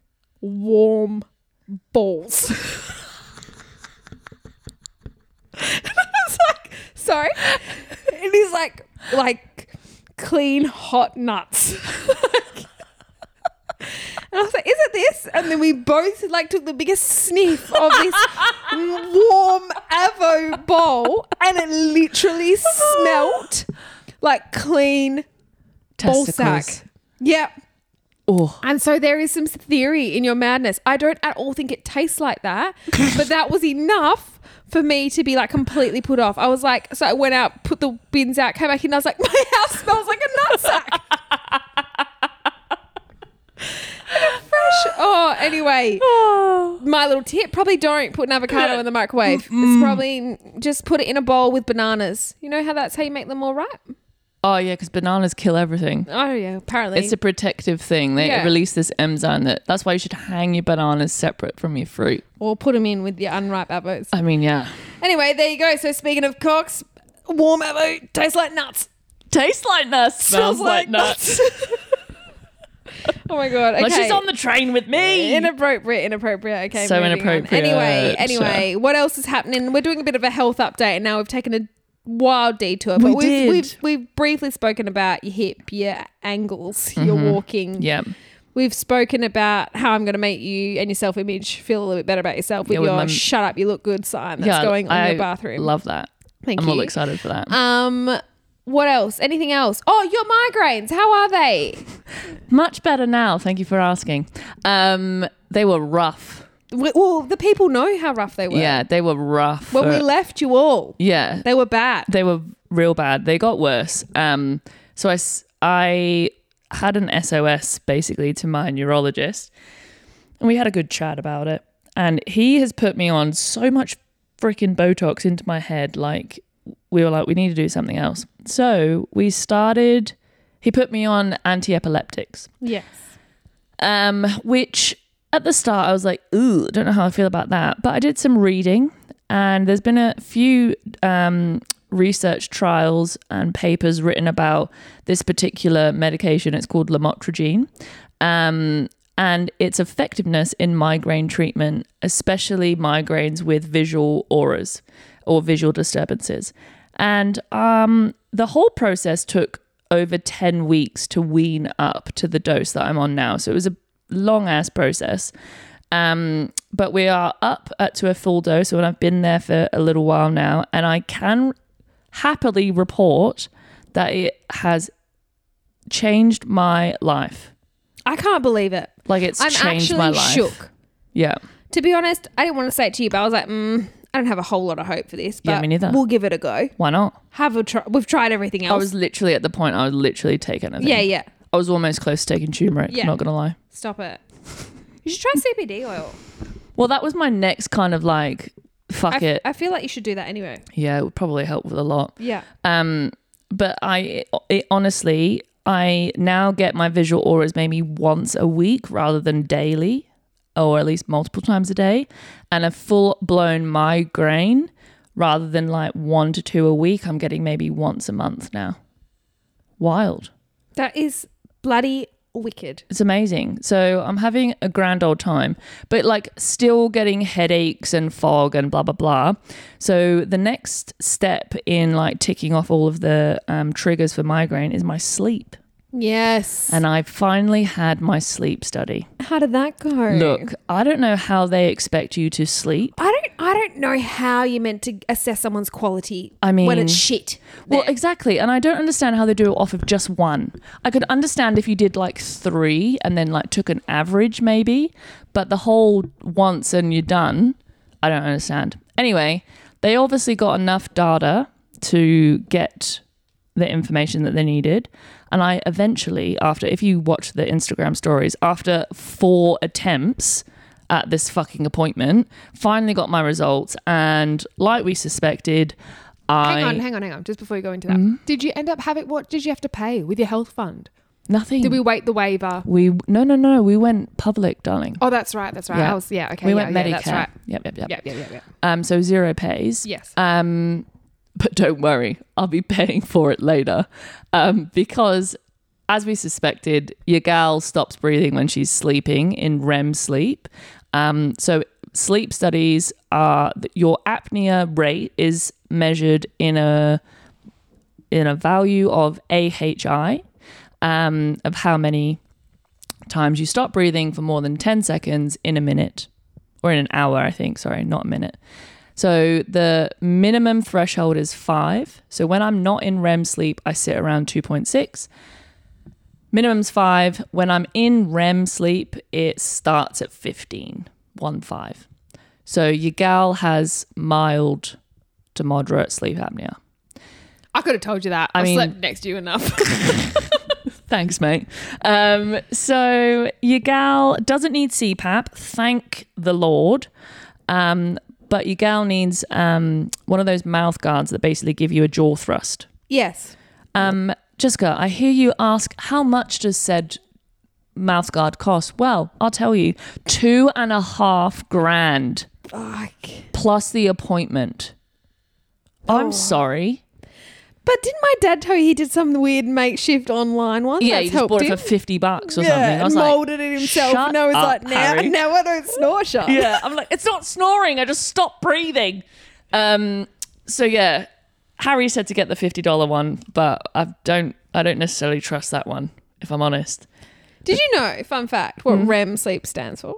warm balls. and I was like, sorry. And he's like, like clean hot nuts. and I was like, is it this? And then we both like took the biggest sniff of this warm Avo bowl and it literally smelt like clean ball
Testicles.
sack. Yep.
Oh,
And so there is some theory in your madness. I don't at all think it tastes like that, but that was enough for me to be like completely put off. I was like, so I went out, put the bins out, came back in, and I was like, my house smells like a nutsack. and a fresh. Oh, anyway, my little tip: probably don't put an avocado in the microwave.
Mm.
It's probably just put it in a bowl with bananas. You know how that's how you make them all right.
oh yeah, because bananas kill everything.
Oh yeah, apparently
It's a protective thing. They
Yeah.
release this enzyme that that's why you should hang your bananas separate from your fruit.
or put them in with the unripe avos.
I mean, yeah,
Anyway, there you go. So speaking of cocks, warm avo tastes like nuts.
tastes like nuts, smells like nuts.
oh my god. Okay.
Like she's on the train with me.
Inappropriate, inappropriate. Okay,
So
moving on.
inappropriate.
Anyway, anyway, what else is happening? We're doing a bit of a health update now. We've taken a wild detour, but
We
we've,
did.
we've we've briefly spoken about your hip, your angles, your walking.
Mm-hmm. yeah,
We've spoken about how I'm going to make you and your self image feel a little bit better about yourself with
Yeah, with
your
my-
"shut up, you look good" sign that's
yeah.
going on
I
your bathroom.
Love that.
Thank
I'm
you.
all excited for that.
Um, what else? Anything else? Oh, your migraines. How are they?
Much better now. Thank you for asking. Um, they were rough.
W- Well, the people know how rough they were.
Yeah, they were rough.
When we
for-
left you all,
yeah,
they were bad.
they were real bad. They got worse. Um, so I, s- I had an SOS basically to my neurologist, and we had a good chat about it. And he has put me on so much freaking Botox into my head. Like we were like, we need to do something else. So we started. He put me on anti-epileptics
Yes.
um, which at the start I was like, ooh, don't know how I feel about that. But I did some reading, and there's been a few um, research trials and papers written about this particular medication. It's called lamotrigine. Um, and its effectiveness in migraine treatment, especially migraines with visual auras or visual disturbances. And um, the whole process took over 10 weeks to wean up to the dose that I'm on now. So it was a long ass process. Um, but we are up at, to a full dose, and I've been there for a little while now. And I can happily report that it has changed my life.
I can't believe it.
Like it's
I'm
changed
actually
my life.
shook.
Yeah.
To be honest, I didn't want to say it to you, but I was like, mm, I don't have a whole lot of hope for this. But
Yeah, me neither.
We'll give it a go.
Why not?
Have a try. We've tried everything
I
else.
was literally at the point I was literally taking it.
yeah, yeah.
I was almost close to taking turmeric,
Yeah.
not gonna lie.
Stop it. You should try CBD oil.
Well, that was my next kind of like fuck
I,
it.
I feel like you should do that anyway.
yeah, it would probably help with a lot.
Yeah.
Um, but I it, honestly, I now get my visual auras maybe once a week rather than daily, or at least multiple times a day, and a full blown migraine rather than like one to two a week. I'm getting maybe once a month now. Wild.
That is bloody wicked.
It's amazing. So I'm having a grand old time, but like still getting headaches and fog and blah, blah, blah. So the next step in like ticking off all of the um, triggers for migraine is my sleep.
Yes.
And I finally had my sleep study.
How did that go?
Look, I don't know how they expect you to sleep.
I don't I don't know how you're meant to assess someone's quality
I
when
mean-
it's shit.
Well, exactly. And I don't understand how they do it off of just one. I could understand if you did like three and then like took an average maybe, but the whole once and you're done, I don't understand. Anyway, they obviously got enough data to get the information that they needed. And I eventually, after, if you watch the Instagram stories, after four attempts at this fucking appointment, finally got my results. And like we suspected, I Hmm?
Hang on, hang on, hang on. Just before you go into that, did you end up having what did you have to pay with your health fund?
nothing.
Did we wait the waiver?
we no no no. We went public, darling.
Oh, that's right. That's right.
Yeah.
I was yeah. Okay,
we
yeah,
went
yeah,
Medicare.
That's right.
Yep, yep, yep.
Yeah, yeah, yeah, yeah.
Um, so zero pays.
Yes.
Um, but don't worry, I'll be paying for it later. Um, because as we suspected, your gal stops breathing when she's sleeping in REM sleep. Um, so sleep studies are that your apnea rate is measured in a in a value of AHI um, of how many times you stop breathing for more than 10 seconds in a minute or in an hour, I think. Sorry, not a minute. So the minimum threshold is five. So when I'm not in REM sleep, I sit around 2.6. Minimum's five. When I'm in REM sleep, it starts at 15, one five. So your gal has mild to moderate sleep apnea.
I could have told you that.
I
I,
mean-
slept next to you enough.
Thanks, mate. Um, so your gal doesn't need CPAP, thank the Lord. Um, but your gal needs um, one of those mouth guards that basically give you a jaw thrust.
yes.
Um, Jessica, I hear you ask how much does said mouth guard cost? Well, I'll tell you, two and a half grand
Fuck.
plus the appointment.
Oh.
I'm sorry.
But didn't my dad tell you he did some weird makeshift online one?
Yeah,
That's
you just
helped
bought it
him.
for fifty bucks or
yeah,
something. I was
and
like,
molded it himself.
"Shut
and I was
up,
like, now,
Harry."
now I don't snore shut.
yeah. I'm like, it's not snoring. I just stopped breathing. Um, so yeah, Harry said to get the fifty dollar one, but I don't. I don't necessarily trust that one. If I'm honest,
Did you know, fun fact, what REM sleep stands for?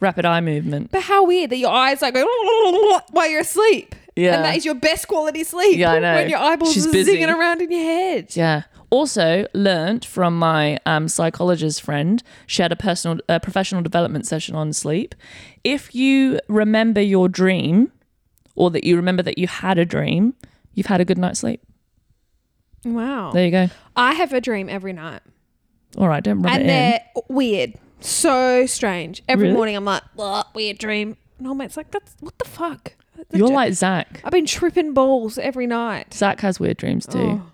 rapid eye movement.
Hmm. But how weird that your eyes like go while you're asleep.
Yeah.
And that is your best quality sleep.
Yeah, I know.
When your eyeballs
She's
are
busy.
zinging around in your head.
Yeah. Also learnt from my um, psychologist friend. She had a personal, a professional development session on sleep. If you remember your dream, or that you remember that you had a dream, you've had a good night's sleep.
Wow.
There you go.
I have a dream every night.
All right, don't rub
and
it in.
they're weird. So strange. Every
Really?
morning I'm like, "Ugh, weird dream. And all mate's like, that's what the fuck? That's
You're
a-
like Zach.
I've been tripping balls every night.
Zach has weird dreams too.
Oh.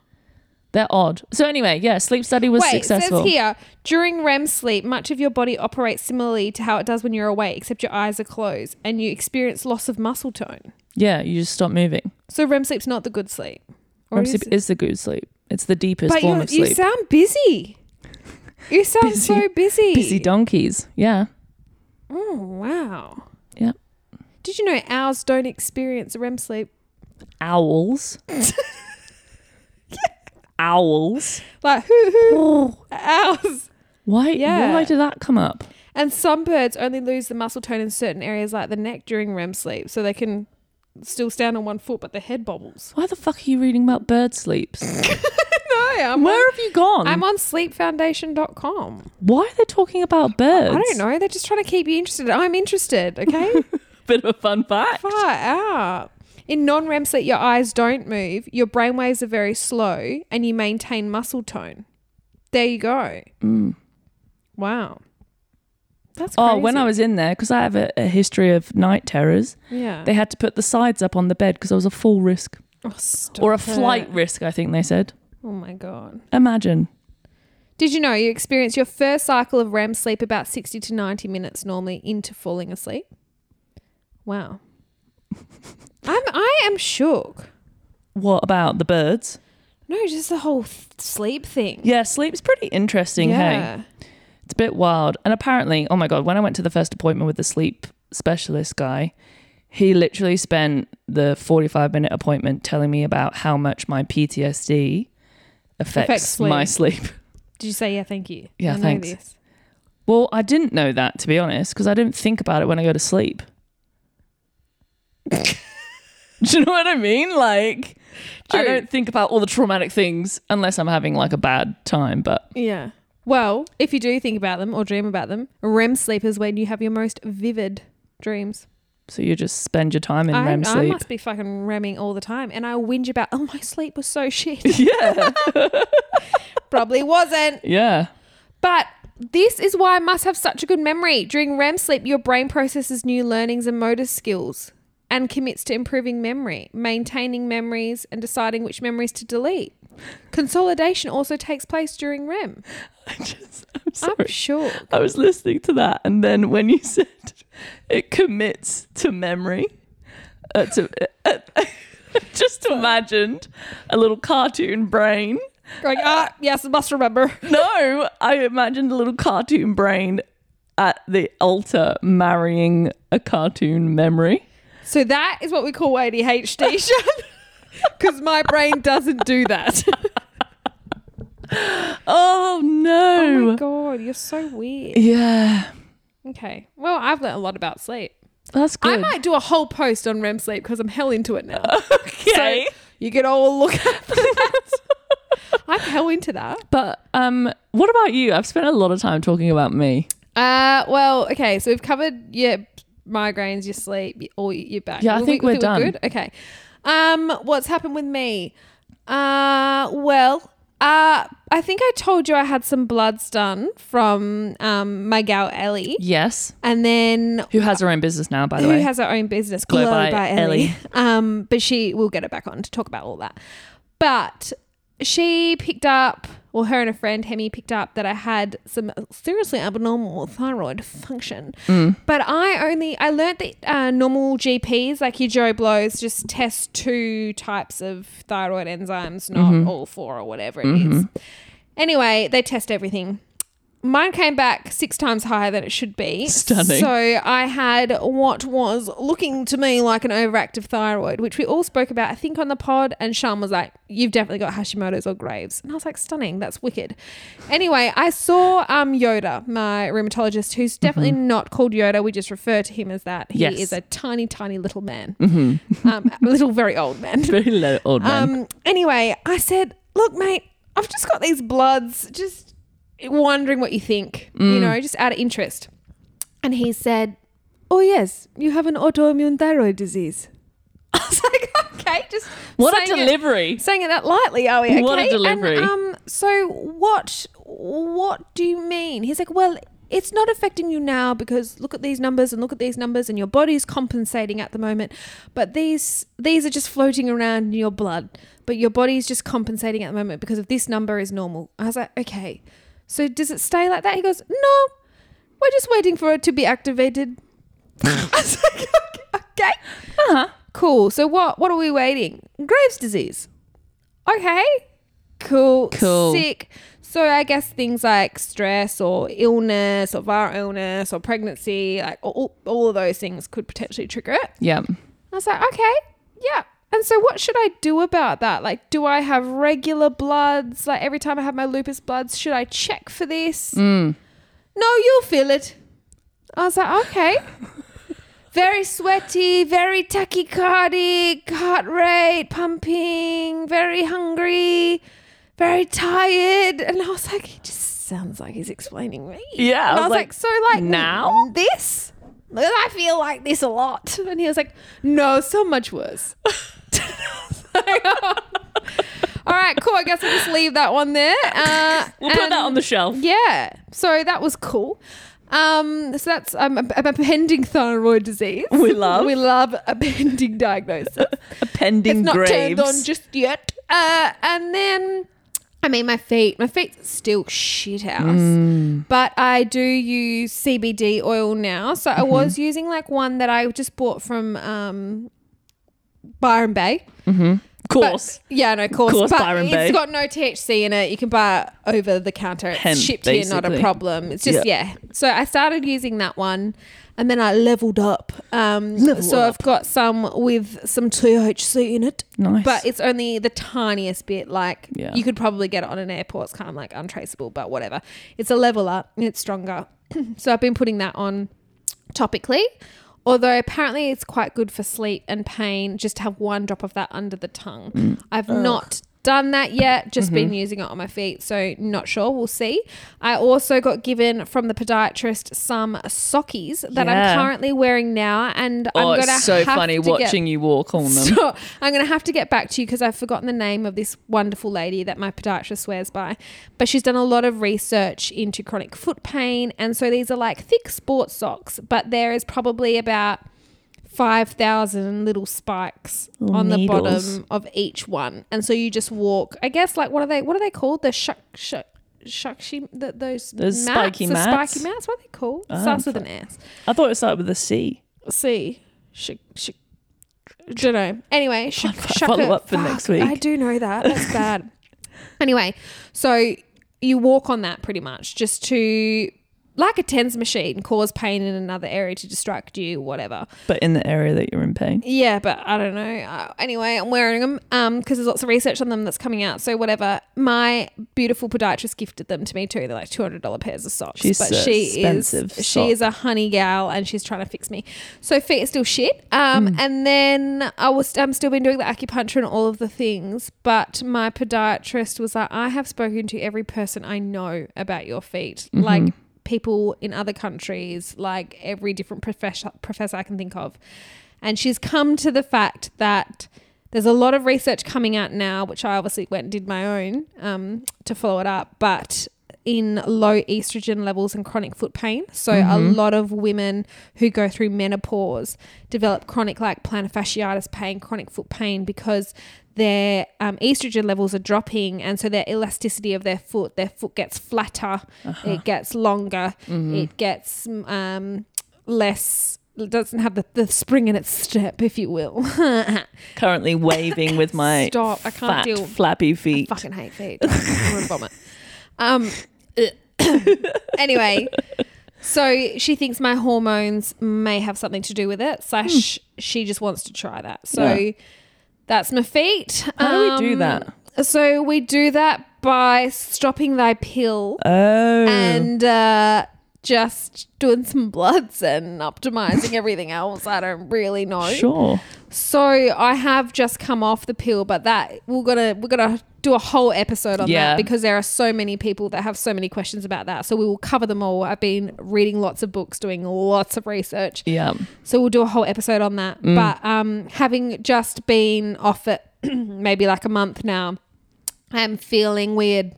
They're odd. So anyway, yeah, sleep study was
Wait,
successful.
it says here during REM sleep, much of your body operates similarly to how it does when you're awake, except your eyes are closed and you experience loss of muscle tone.
yeah, you just stop moving.
So REM sleep's not the good sleep. Or
REM
is
sleep
it?
is the good sleep. It's the deepest
but
form
you
of
you
sleep.
sound busy. You sound
Busy-
so busy.
Busy donkeys. Yeah.
Oh wow.
Yep.
Did you know owls don't experience REM sleep?
Owls. Owls.
Like hoo hoo
Oh,
owls.
why?
Yeah.
Why did that come up?
And some birds only lose the muscle tone in certain areas like the neck during REM sleep, so they can still stand on one foot but their head bobbles.
Why the fuck are you reading about bird sleeps?
no, I'm on,
Where have you gone?
I'm on sleepfoundation.com.
why are they talking about birds?
I don't know, they're just trying to keep you interested. I'm interested, okay?
Bit of a fun fact.
Far out. In non REM sleep, your eyes don't move, your brain waves are very slow, and you maintain muscle tone. There you go. Wow.
Mm.
That's
Oh, when I
crazy.
was in there, because I have a, a history of night terrors,
yeah.
they had to put the sides up on the bed because I was a full risk.
oh, stop
or a
it.
flight risk, I think they said.
Oh my god.
Imagine.
Did you know you experience your first cycle of REM sleep about 60 to 90 minutes normally into falling asleep? Wow. I'm I am shook.
What about the birds?
No, just the whole th- sleep thing.
Yeah, sleep's pretty interesting, hey? It's a bit wild. And apparently, oh my God, when I went to the first appointment with the sleep specialist guy, he literally spent the 45 minute appointment telling me about how much my PTSD affects,
Affects sleep.
my sleep.
Did you say yeah, thank you?
Yeah,
I know
thanks.
this.
Well, I didn't know that, to be honest, because I didn't think about it when I go to sleep. Do you know what I mean? Like, I
True.
don't think about all the traumatic things unless I'm having like a bad time, but
Yeah. Well, if you do think about them or dream about them, REM sleep is when you have your most vivid dreams.
So you just spend your time in
I,
REM
I
sleep.
must be fucking REMing all the time and I whinge about, oh, my sleep was so shit.
yeah.
Probably wasn't.
Yeah.
But this is why I must have such a good memory. During REM sleep, your brain processes new learnings and motor skills. and commits to improving memory, maintaining memories, and deciding which memories to delete. Consolidation also takes place during REM.
I just, I'm sorry.
I'm sure.
I was listening to that, and then when you said it commits to memory, uh, to, uh, just imagined a little cartoon brain.
Like, ah, yes, I must remember.
No, I imagined a little cartoon brain at the altar marrying a cartoon memory.
So that is what we call ADHD, Sean. Because my brain doesn't do that.
Oh
oh
no!
my God, you're so weird.
yeah,
Okay. Well, I've learned a lot about sleep.
that's
I
good.
might do a whole post on REM sleep because I'm hell into it now.
okay,
So you could all look up for that. I'm hell into that.
but um, what about you? I've spent a lot of time talking about me.
Uh, well, okay. So we've covered your migraines, your sleep, y- all y- your back.
Yeah, I
Well,
think we're done.
Good? Okay. Um, what's happened with me? Uh, well, uh, I think I told you I had some bloods done from um my gal Ellie,
Yes,
and then
who has her own business now, by the
who
way.
has her own business,
Glow
Glow,
by
by,
Ellie.
Ellie. Um, but she, we'll get her back on to talk about all that. But she picked up, well, her and a friend, Hemi, picked up that I had some seriously abnormal thyroid function.
Mm.
But I only, I learnt that uh, normal GPs, like your Joe Blows, just test two types of thyroid enzymes, not
Mm-hmm.
all four or whatever it is. Anyway, they test everything. Mine came back six times higher than it should be.
Stunning.
So I had what was looking to me like an overactive thyroid, which we all spoke about, I think, on the pod. And Sean was like, You've definitely got Hashimoto's or Graves. And I was like, Stunning. That's wicked. Anyway, I saw um, Yoda, my rheumatologist, who's definitely not called Yoda. We just refer to him as that. He
Yes.
is a tiny, tiny little man, um, a little, very old man.
Very low old man.
Um, anyway, I said, look, mate, I've just got these bloods, just wondering what you think, you
Mm.
know, just out of interest. And he said, oh, yes, you have an autoimmune thyroid disease. I was like, okay, just
what a
saying it-
delivery!
saying it that lightly, are we? Okay?
What a delivery.
And, um, so what? What do you mean? He's like, well, it's not affecting you now because look at these numbers and look at these numbers, and your body's compensating at the moment. But these these are just floating around in your blood, but your body's just compensating at the moment because of this number is normal. I was like, okay, so does it stay like that? He goes, no, we're just waiting for it to be activated. I was like, okay.
Uh-huh.
Cool. So what what are we waiting? Graves disease. Okay. Cool.
Cool.
Sick. So I guess things like stress or illness or viral illness or pregnancy, like all, all of those things could potentially trigger it.
Yeah.
I was like, okay, yeah. And so what should I do about that? Like, do I have regular bloods? Like every time I have my lupus bloods, should I check for this? No, you'll feel it. I was like, okay. very sweaty, very tachycardic, heart rate pumping, very hungry, very tired. And I was like, it just sounds like he's explaining me.
Yeah, I
And
was
I was,
like,
like, so like mm."
now?
this? I feel like this a lot. And he was like, no, so much worse. All right, cool. I guess I'll just leave that one there. Uh,
We'll put
and-
that on the shelf.
yeah. So that was cool. Um, so that's um, a- a- appending thyroid disease.
We love.
we love appending diagnosis.
Appending
it's not
graves.
turned on just yet. Uh, and then, I mean, my feet. My feet still shit house.
Mm.
But I do use CBD oil now. So I was
Mm-hmm.
using like one that I just bought from um, Byron Bay.
of course.
But- yeah, no, of course.
Course,
but
Byron
it's
Bay.
got no THC in it. You can buy it over the counter. It's
Hemp,
shipped here, not a
basically.
problem. It's just yeah. So I started using that one, and then I leveled up. Um,
Level
so
up.
I've got some with some THC in it.
Nice.
But it's only the tiniest bit. Like
Yeah.
you could probably get it on an airport. It's kind of like untraceable, but whatever. It's a level up and it's stronger. so I've been putting that on topically. Although apparently it's quite good for sleep and pain, just to have one drop of that under the tongue.
Mm.
I've not done that yet, just
Mm-hmm.
been using it on my feet, so not sure. We'll see. I also got given from the podiatrist some sockies that
Yeah.
I'm currently wearing now, and
oh,
I'm gonna
it's so
have
funny
to get-
watching you walk on them.
so I'm going to have to get back to you because I've forgotten the name of this wonderful lady that my podiatrist swears by. But she's done a lot of research into chronic foot pain. And so these are like thick sports socks, but there is probably about 5,000 little spikes
Little
on
needles.
the bottom of each one. And so you just walk, I guess, like, what are they, what are they called? The shuk, shuk, shukshi, th those,
Those spiky
the
mats? Oh,
spiky mats, what are they called?
I
Starts
don't
with an S.
I thought it started with a C.
C. Shuk, shuk, don't know. Anyway, shuk,
Can't
shuk,
follow up for next week.
I do know that. That's bad. anyway, so you walk on that pretty much just to, like a TENS machine, cause pain in another area to distract you, whatever.
But in the area that you're in pain.
Yeah, but I don't know. Uh, anyway, I'm wearing them um because there's lots of research on them that's coming out. So whatever. My beautiful podiatrist gifted them to me too. They're like two hundred dollar pairs of socks.
She's
but
a
she is
expensive
she is a honey gal and she's trying to fix me. So feet are still shit. Um,
Mm.
and then I was I'm still been doing the acupuncture and all of the things. But my podiatrist was like, I have spoken to every person I know about your feet.
Mm-hmm.
Like people in other countries, like every different professor professor I can think of. And she's come to the fact that there's a lot of research coming out now, which I obviously went and did my own um, to follow it up, but in low estrogen levels and chronic foot pain. So a lot of women who go through menopause develop chronic like plantar fasciitis pain, chronic foot pain because their um, estrogen levels are dropping and so their elasticity of their foot, their foot gets flatter, it gets longer, it gets um, less, doesn't have the, the spring in its step, if you will.
Currently waving with my
Stop, I can't
fat,
deal-
flappy feet.
Fucking hate feet. I want to vomit. Um, anyway, so she thinks my hormones may have something to do with it. Slash, she just wants to try that. So
Hmm. Yeah.
that's my feet.
How do we do
Um,
that?
So we do that by stopping thy pill
Oh.
and uh, just doing some bloods and optimizing everything else. I don't really know.
sure.
So I have just come off the pill, but that we're gonna we're gonna do a whole episode on
Yeah.
that because there are so many people that have so many questions about that. So we will cover them all. I've been reading lots of books, doing lots of research.
Yeah.
So we'll do a whole episode on that. But um, having just been off it maybe like a month now, I'm feeling weird.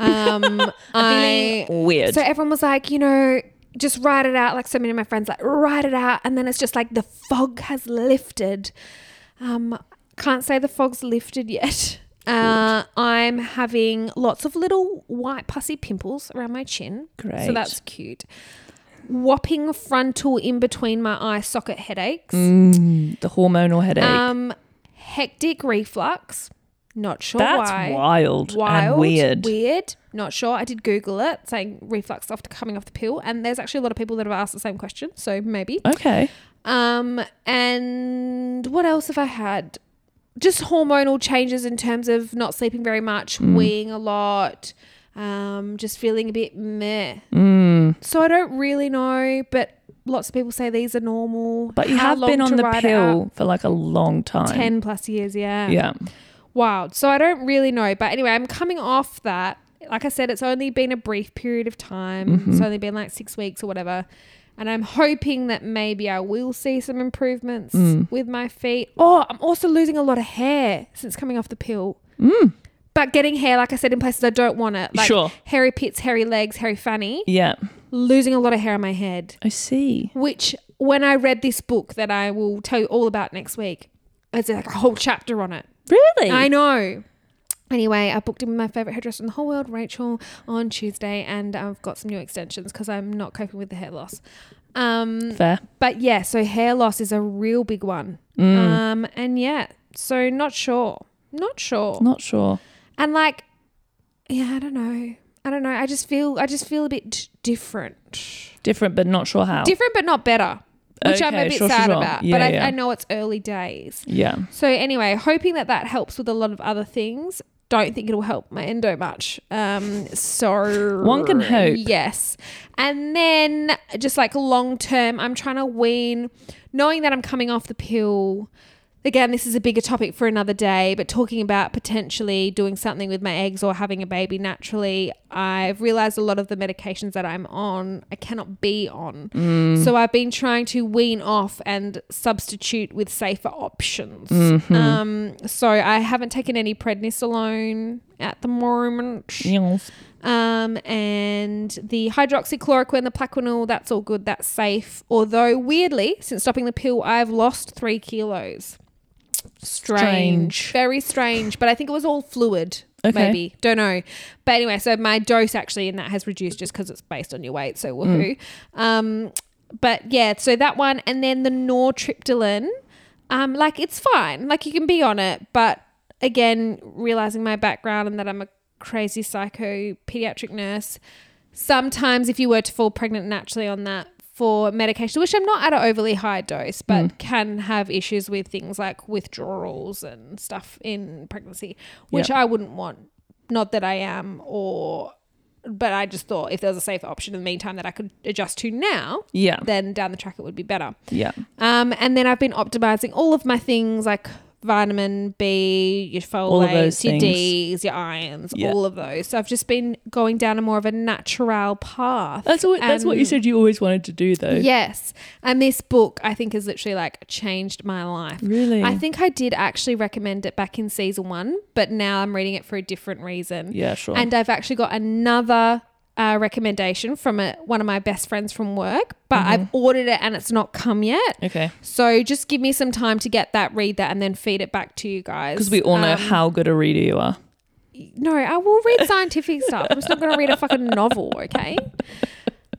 Um, I
Weird.
so everyone was like, you know, just write it out. Like so many of my friends, like write it out, and then it's just like the fog has lifted. Um, can't say the fog's lifted yet. Uh, I'm having lots of little white pussy pimples around my chin.
Great.
So that's cute. Whopping frontal in between my eye socket headaches.
Mm, the hormonal headache.
Um, hectic reflux. Not sure
That's
why
wild, and
wild,
weird.
Weird. Not sure. I did Google it, saying reflux after coming off the pill, and there's actually a lot of people that have asked the same question. So maybe.
Okay.
Um, and what else have I had? Just hormonal changes in terms of not sleeping very much,
Mm.
weeing a lot, um, just feeling a bit meh.
Mm.
So I don't really know, but lots of people say these are normal.
But you
How
have been
long
on
to
the
ride it out?
pill for like a long time.
ten plus years. Yeah.
Yeah.
wild. So I don't really know. But anyway, I'm coming off that. Like I said, it's only been a brief period of time. It's only been like six weeks or whatever. And I'm hoping that maybe I will see some improvements with my feet. Oh, I'm also losing a lot of hair since coming off the pill. But getting hair, like I said, in places I don't want it. Like
Sure.
hairy pits, hairy legs, hairy fanny.
Yeah.
Losing a lot of hair on my head
I see.
which when I read this book that I will tell you all about next week, it's like a whole chapter on it.
Really?
I know. Anyway, I booked in with my favorite hairdresser in the whole world, Rachel, on Tuesday, and I've got some new extensions because I'm not coping with the hair loss. Um,
Fair.
but yeah, so hair loss is a real big one.
Mm.
Um, and yeah, so not sure, not sure,
Not sure.
and like, yeah, I don't know, I don't know. I just feel, I just feel a bit different
Different, but not sure how.
different but not better which i'm
Oh. Okay,
a bit
sure, sure,
sad
sure.
about
Yeah,
but I,
yeah.
I know it's early days
yeah.
so anyway hoping that that helps with a lot of other things don't think it'll help my endo much um so
One can hope.
yes and then just like long term i'm trying to wean knowing that i'm coming off the pill again this is a bigger topic for another day but talking about potentially doing something with my eggs or having a baby naturally I've realized a lot of the medications that I'm on, I cannot be on. So I've been trying to wean off and substitute with safer options. Um, so I haven't taken any prednisolone at the moment.
Yes.
Um, and the hydroxychloroquine, the plaquenil, that's all good, that's safe. Although, weirdly, since stopping the pill, I've lost three kilos. Strange.
Strange.
Very strange, but I think it was all fluid.
Okay.
Maybe. Don't know. But anyway, so my dose actually in that has reduced just because it's based on your weight.
Mm.
So woohoo. Um, but yeah, so that one. And then the nortriptyline, um, like it's fine. Like you can be on it. But again, realizing my background and that I'm a crazy psycho pediatric nurse, sometimes if you were to fall pregnant naturally on that for medication, which I'm not at an overly high dose, but can have issues with things like withdrawals and stuff in pregnancy, which I wouldn't want. Not that I am, or but I just thought if there was a safe option in the meantime that I could adjust to now,
Yeah.
then down the track it would be better.
Yeah.
Um, and then I've been optimizing all of my things like vitamin B, your folates,
All of those
your
things.
Ds, your irons,
Yeah.
all of those. So I've just been going down a more of a natural path.
That's what, that's what you
And-
said you always wanted to do, though.
Yes. And this book I think has literally like changed my life.
Really?
I think I did actually recommend it back in season one, but now I'm reading it for a different reason.
yeah, sure.
And I've actually got another uh, recommendation from a, one of my best friends from work, but
Mm-hmm.
I've ordered it and it's not come yet.
okay.
So just give me some time to get that, read that, and then feed it back to you guys.
Because we all know
Um,
how good a reader you are.
No, I will read scientific stuff. I'm just not going to read a fucking novel, okay?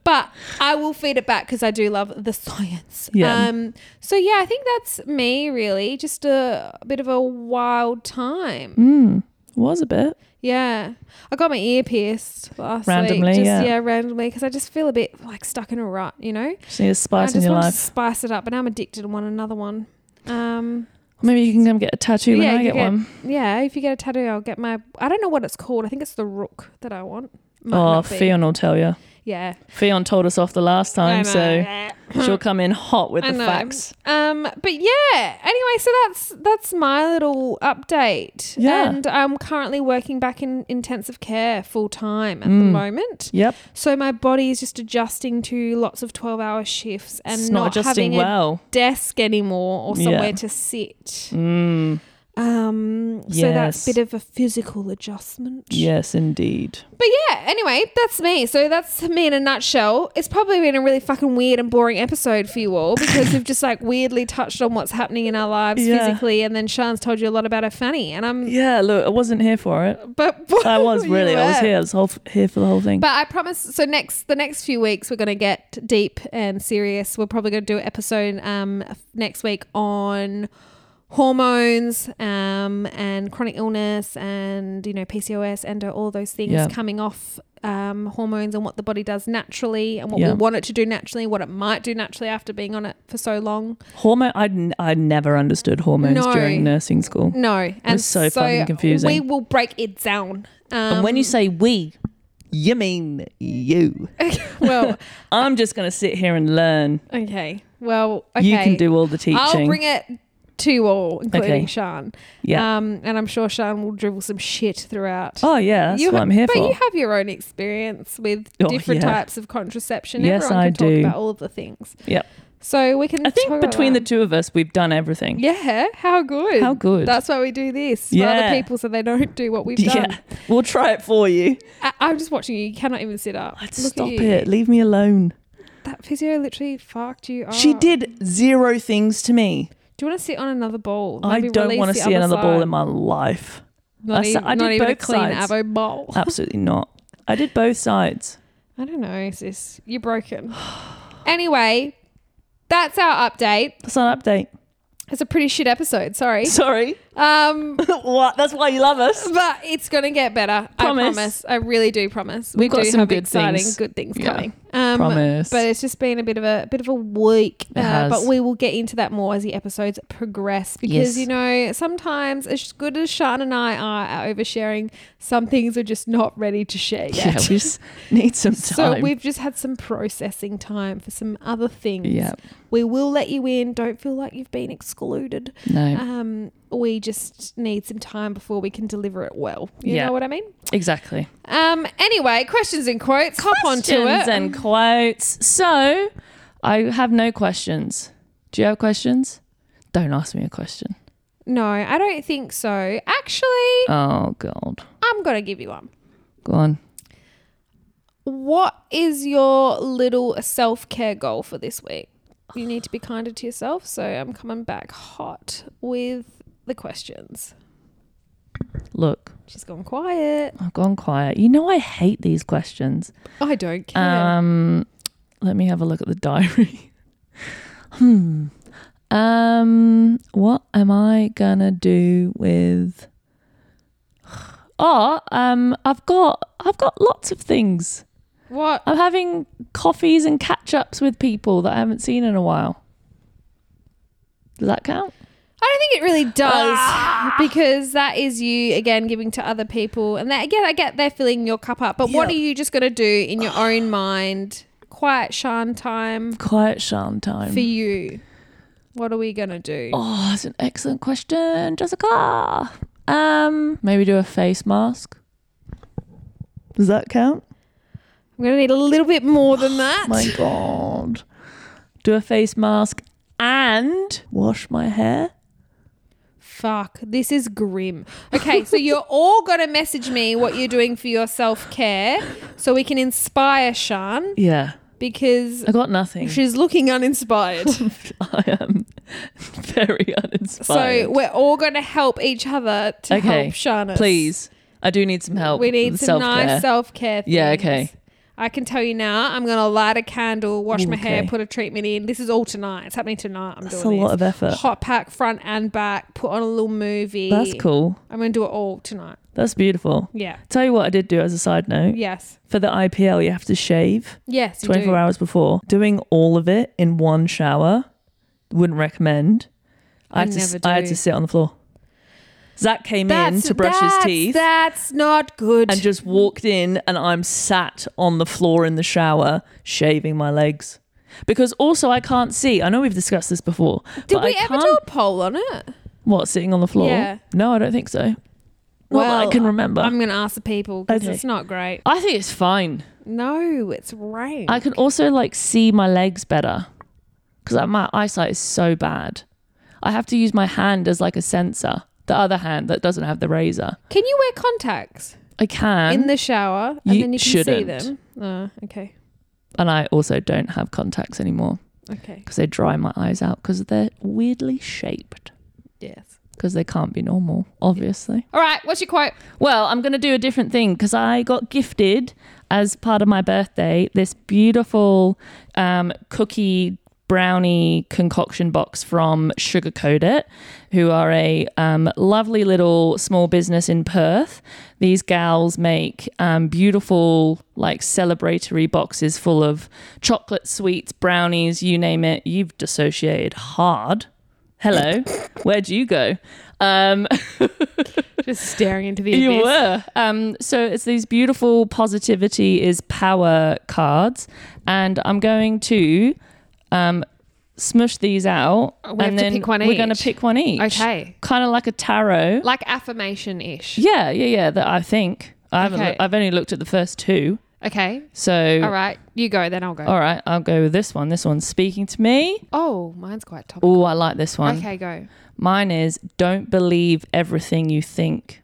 But I will feed it back because I do love the science.
Yeah.
Um, so yeah, I think that's me really. Just a, bit of a wild time.
Mm. Was a bit.
Yeah, I got my ear pierced last
Randomly,
week. Just,
yeah.
yeah, randomly because I just feel a bit like stuck in a rut, you know.
Just need a
I
spice in
just
your
want
life.
to spice it up, and I'm addicted to one another one. Um,
Maybe you can come get a tattoo when
Yeah,
I
you
get
get-
one.
yeah, if you get a tattoo, I'll get my. I don't know what it's called. I think it's the rook that I want. Might
Oh,
not be.
Fion will tell you.
Yeah,
Fion told us off the last time, so
I
she'll come in hot with
I
the
know.
facts.
Um, but yeah. Anyway, so that's that's my little update.
Yeah.
And I'm currently working back in intensive care full time at the
Mm.
moment.
Yep.
So my body is just adjusting to lots of 12-hour shifts and
it's
not,
not adjusting
having a
well.
desk anymore or somewhere
Yeah.
to sit.
Mm.
Um, so
Yes.
that's a bit of a physical adjustment.
Yes, indeed.
But yeah, anyway, that's me. So that's me in a nutshell. It's probably been a really fucking weird and boring episode for you all because we've just like weirdly touched on what's happening in our lives
Yeah.
physically, and then Shan's told you a lot about her fanny, and I'm
Yeah, look, I wasn't here for it.
but
I was
You
really. I was
were.
here. I was whole, here for the whole thing.
But I promise. So next, the next few weeks, we're going to get deep and serious. We're probably going to do an episode um, next week on hormones um, and chronic illness and you know PCOS, endo, all those things
Yeah.
coming off um, hormones and what the body does naturally and what
Yeah.
we want it to do naturally, what it might do naturally after being on it for so long.
Hormone, I'd, n- I never understood hormones
No.
during nursing school.
No, and
so fucking confusing.
We will break it down. Um,
and when you say we, you mean you.
Um, well,
I'm just going to sit here and learn.
okay, well, okay.
You can do all the teaching.
I'll bring it to you all, including
Okay.
Sean.
yeah.
Um, and I'm sure Sean will dribble some shit throughout.
oh, yeah, that's
you
what
ha-
I'm here
but
for.
you have your own experience with
Oh,
different
yeah.
types of contraception.
Yes,
Everyone
I
can
do.
talk about all of the things.
Yep.
So we can
I
talk
think
about
between the
that.
two of us, we've done everything.
Yeah, how good.
How good.
That's why we do this for
Yeah.
other people so they don't do what we've
Yeah.
done.
We'll try it for you.
I- I'm just watching you. You cannot even sit up.
Let's
Look at
stop
you.
it. Leave me alone.
That physio literally fucked you up.
She did zero things to me.
Do you want to sit on another ball?
I
Maybe
don't
release
want to
the
see
other
another ball
side.
in my life. I
Not,
s-
even,
I did
not even a
both
clean
sides.
avo bowl.
Absolutely not. I did both sides.
I don't know, sis. You're broken. anyway, that's our update.
That's an update.
It's a pretty shit episode, sorry.
Sorry.
Um,
what? That's why you love us.
but it's gonna get better.
Promise.
I promise. I really do promise.
We've got
do
some
have
good
exciting
things.
good things
Yeah.
coming. Um,
Promise.
But it's just been a bit of a bit of a week. uh,
It has.
But we will get into that more as the episodes progress
Yes.
because you know sometimes as good as Shan and I are at oversharing, some things are just not ready to share
Yeah,
yet.
we just need some
So
time.
we've just had some processing time for some other things.
Yeah.
We will let you in. Don't feel like you've been excluded.
No.
Um, we just need some time before we can deliver it well. You
Yeah.
know what I mean?
Exactly.
Um. Anyway, questions and quotes. Hop on to
Questions
it.
and quotes. So, I have no questions. Do you have questions? Don't ask me a question.
no, I don't think so. Actually,
Oh God,
I'm gonna give you one.
go on.
What is your little self care goal for this week? You need to be kinder to yourself. So I'm coming back hot with the questions.
Look,
She's gone quiet.
I've gone quiet. You know I hate these questions.
I don't care.
Um, let me have a look at the diary. hmm. Um, what am I gonna do with? Oh, um, I've got I've got lots of things.
what?
I'm having coffees and catch ups with people that I haven't seen in a while. Does that count?
I don't think it really does
Ah!
because that is you again giving to other people, and that again I get they're filling your cup up. But what are
Yeah.
you just gonna do in your own mind? Quiet Shan time
Quiet sham time.
for you. What are we gonna do?
Um, Oh, that's an excellent question, Jessica. Um, maybe do a face mask. Does that count?
I'm gonna need a little bit more than that.
My God. Do a face mask and wash my hair.
Fuck, this is grim. Okay, so you're all gonna message me what you're doing for your self care, so we can inspire Shan
Yeah,
because
I got nothing.
she's looking uninspired.
I am very uninspired.
So we're all going to help each other to
Okay,
help Shana.
please, I do need some help.
We need
with
some nice
self-care.
self care things.
Yeah, okay.
I can tell you now, I'm going to light a candle, wash my hair,
Okay.
put a treatment in. This is all tonight. It's happening tonight. I'm
That's a
doing
lot
this.
of effort.
Hot pack, front and back, put on a little movie.
That's cool.
I'm going to do it all tonight.
That's beautiful.
Yeah.
Tell you what I did do as a side note.
Yes.
For the IPL, you have to shave
Yes. You
24
do.
hours before. Doing all of it in one shower wouldn't recommend. I,
I
had to,
never
I had
do.
to sit on the floor. Zach came in
That's,
to brush his
that's-
teeth
That's not good.
and just walked in and I'm sat on the floor in the shower shaving my legs. Because also I can't see. I know we've discussed this before.
Did
but
we
I
ever
can't
do a poll on it?
what, sitting on the floor?
Yeah.
No, I don't think so. Not that
Well,
I can remember.
I'm going to ask the people because
Okay.
it's not great.
I think it's fine.
No, it's rank.
I can also like see my legs better because my eyesight is so bad. I have to use my hand as like a sensor. The other hand that doesn't have the razor.
Can you wear contacts
I can,
in the shower and
you
then you can
shouldn't.
see them? Oh, okay.
and I also don't have contacts anymore
Okay.
because they dry my eyes out because they're weirdly shaped
Yes.
because they can't be normal, obviously.
All right. What's your quote?
Well, I'm going to do a different thing because I got gifted as part of my birthday this beautiful um, cookie brownie concoction box from Sugar Coat It, who are a um, lovely little small business in Perth. These gals make um, beautiful, like celebratory boxes full of chocolate sweets, brownies, you name it. You've dissociated hard. Hello, where'd you go? Um,
Just staring into the
you were. Um, so it's these beautiful positivity is power cards, and I'm going to um, smush these out,
have
and
to
then
pick one
we're going
each.
to pick one each.
Okay.
Kind of like a tarot.
Like affirmation ish.
yeah, yeah, yeah. That I think I haven't.
Okay.
loo- I've only looked at the first two.
Okay.
So
All right. You go, then I'll go.
all right, I'll go with this one. This one's speaking to me.
Oh, mine's quite top.
Oh, I like this one.
Okay, go.
Mine is don't believe everything you think.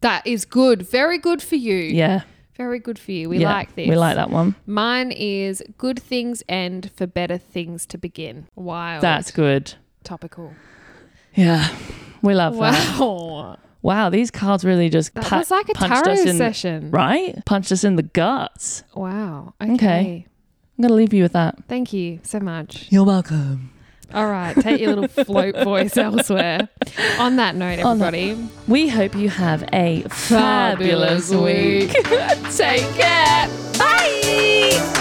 That is good. Very good for you.
Yeah.
Very good for you. We
yeah,
like this.
We like that one.
Mine is good things end for better things to begin. Wild.
That's good.
topical.
Yeah, we love that.
Wow.
Wow, these cards really just
That
pa-
was like a
punched
tarot
us in,
session.
right? Punched us in the guts.
Wow. okay.
Okay. I'm gonna leave you with that.
Thank you so much.
You're welcome.
All right, take your little float voice elsewhere. On that note,
On that-
everybody,
We hope you have a fabulous, week.
take care. Bye.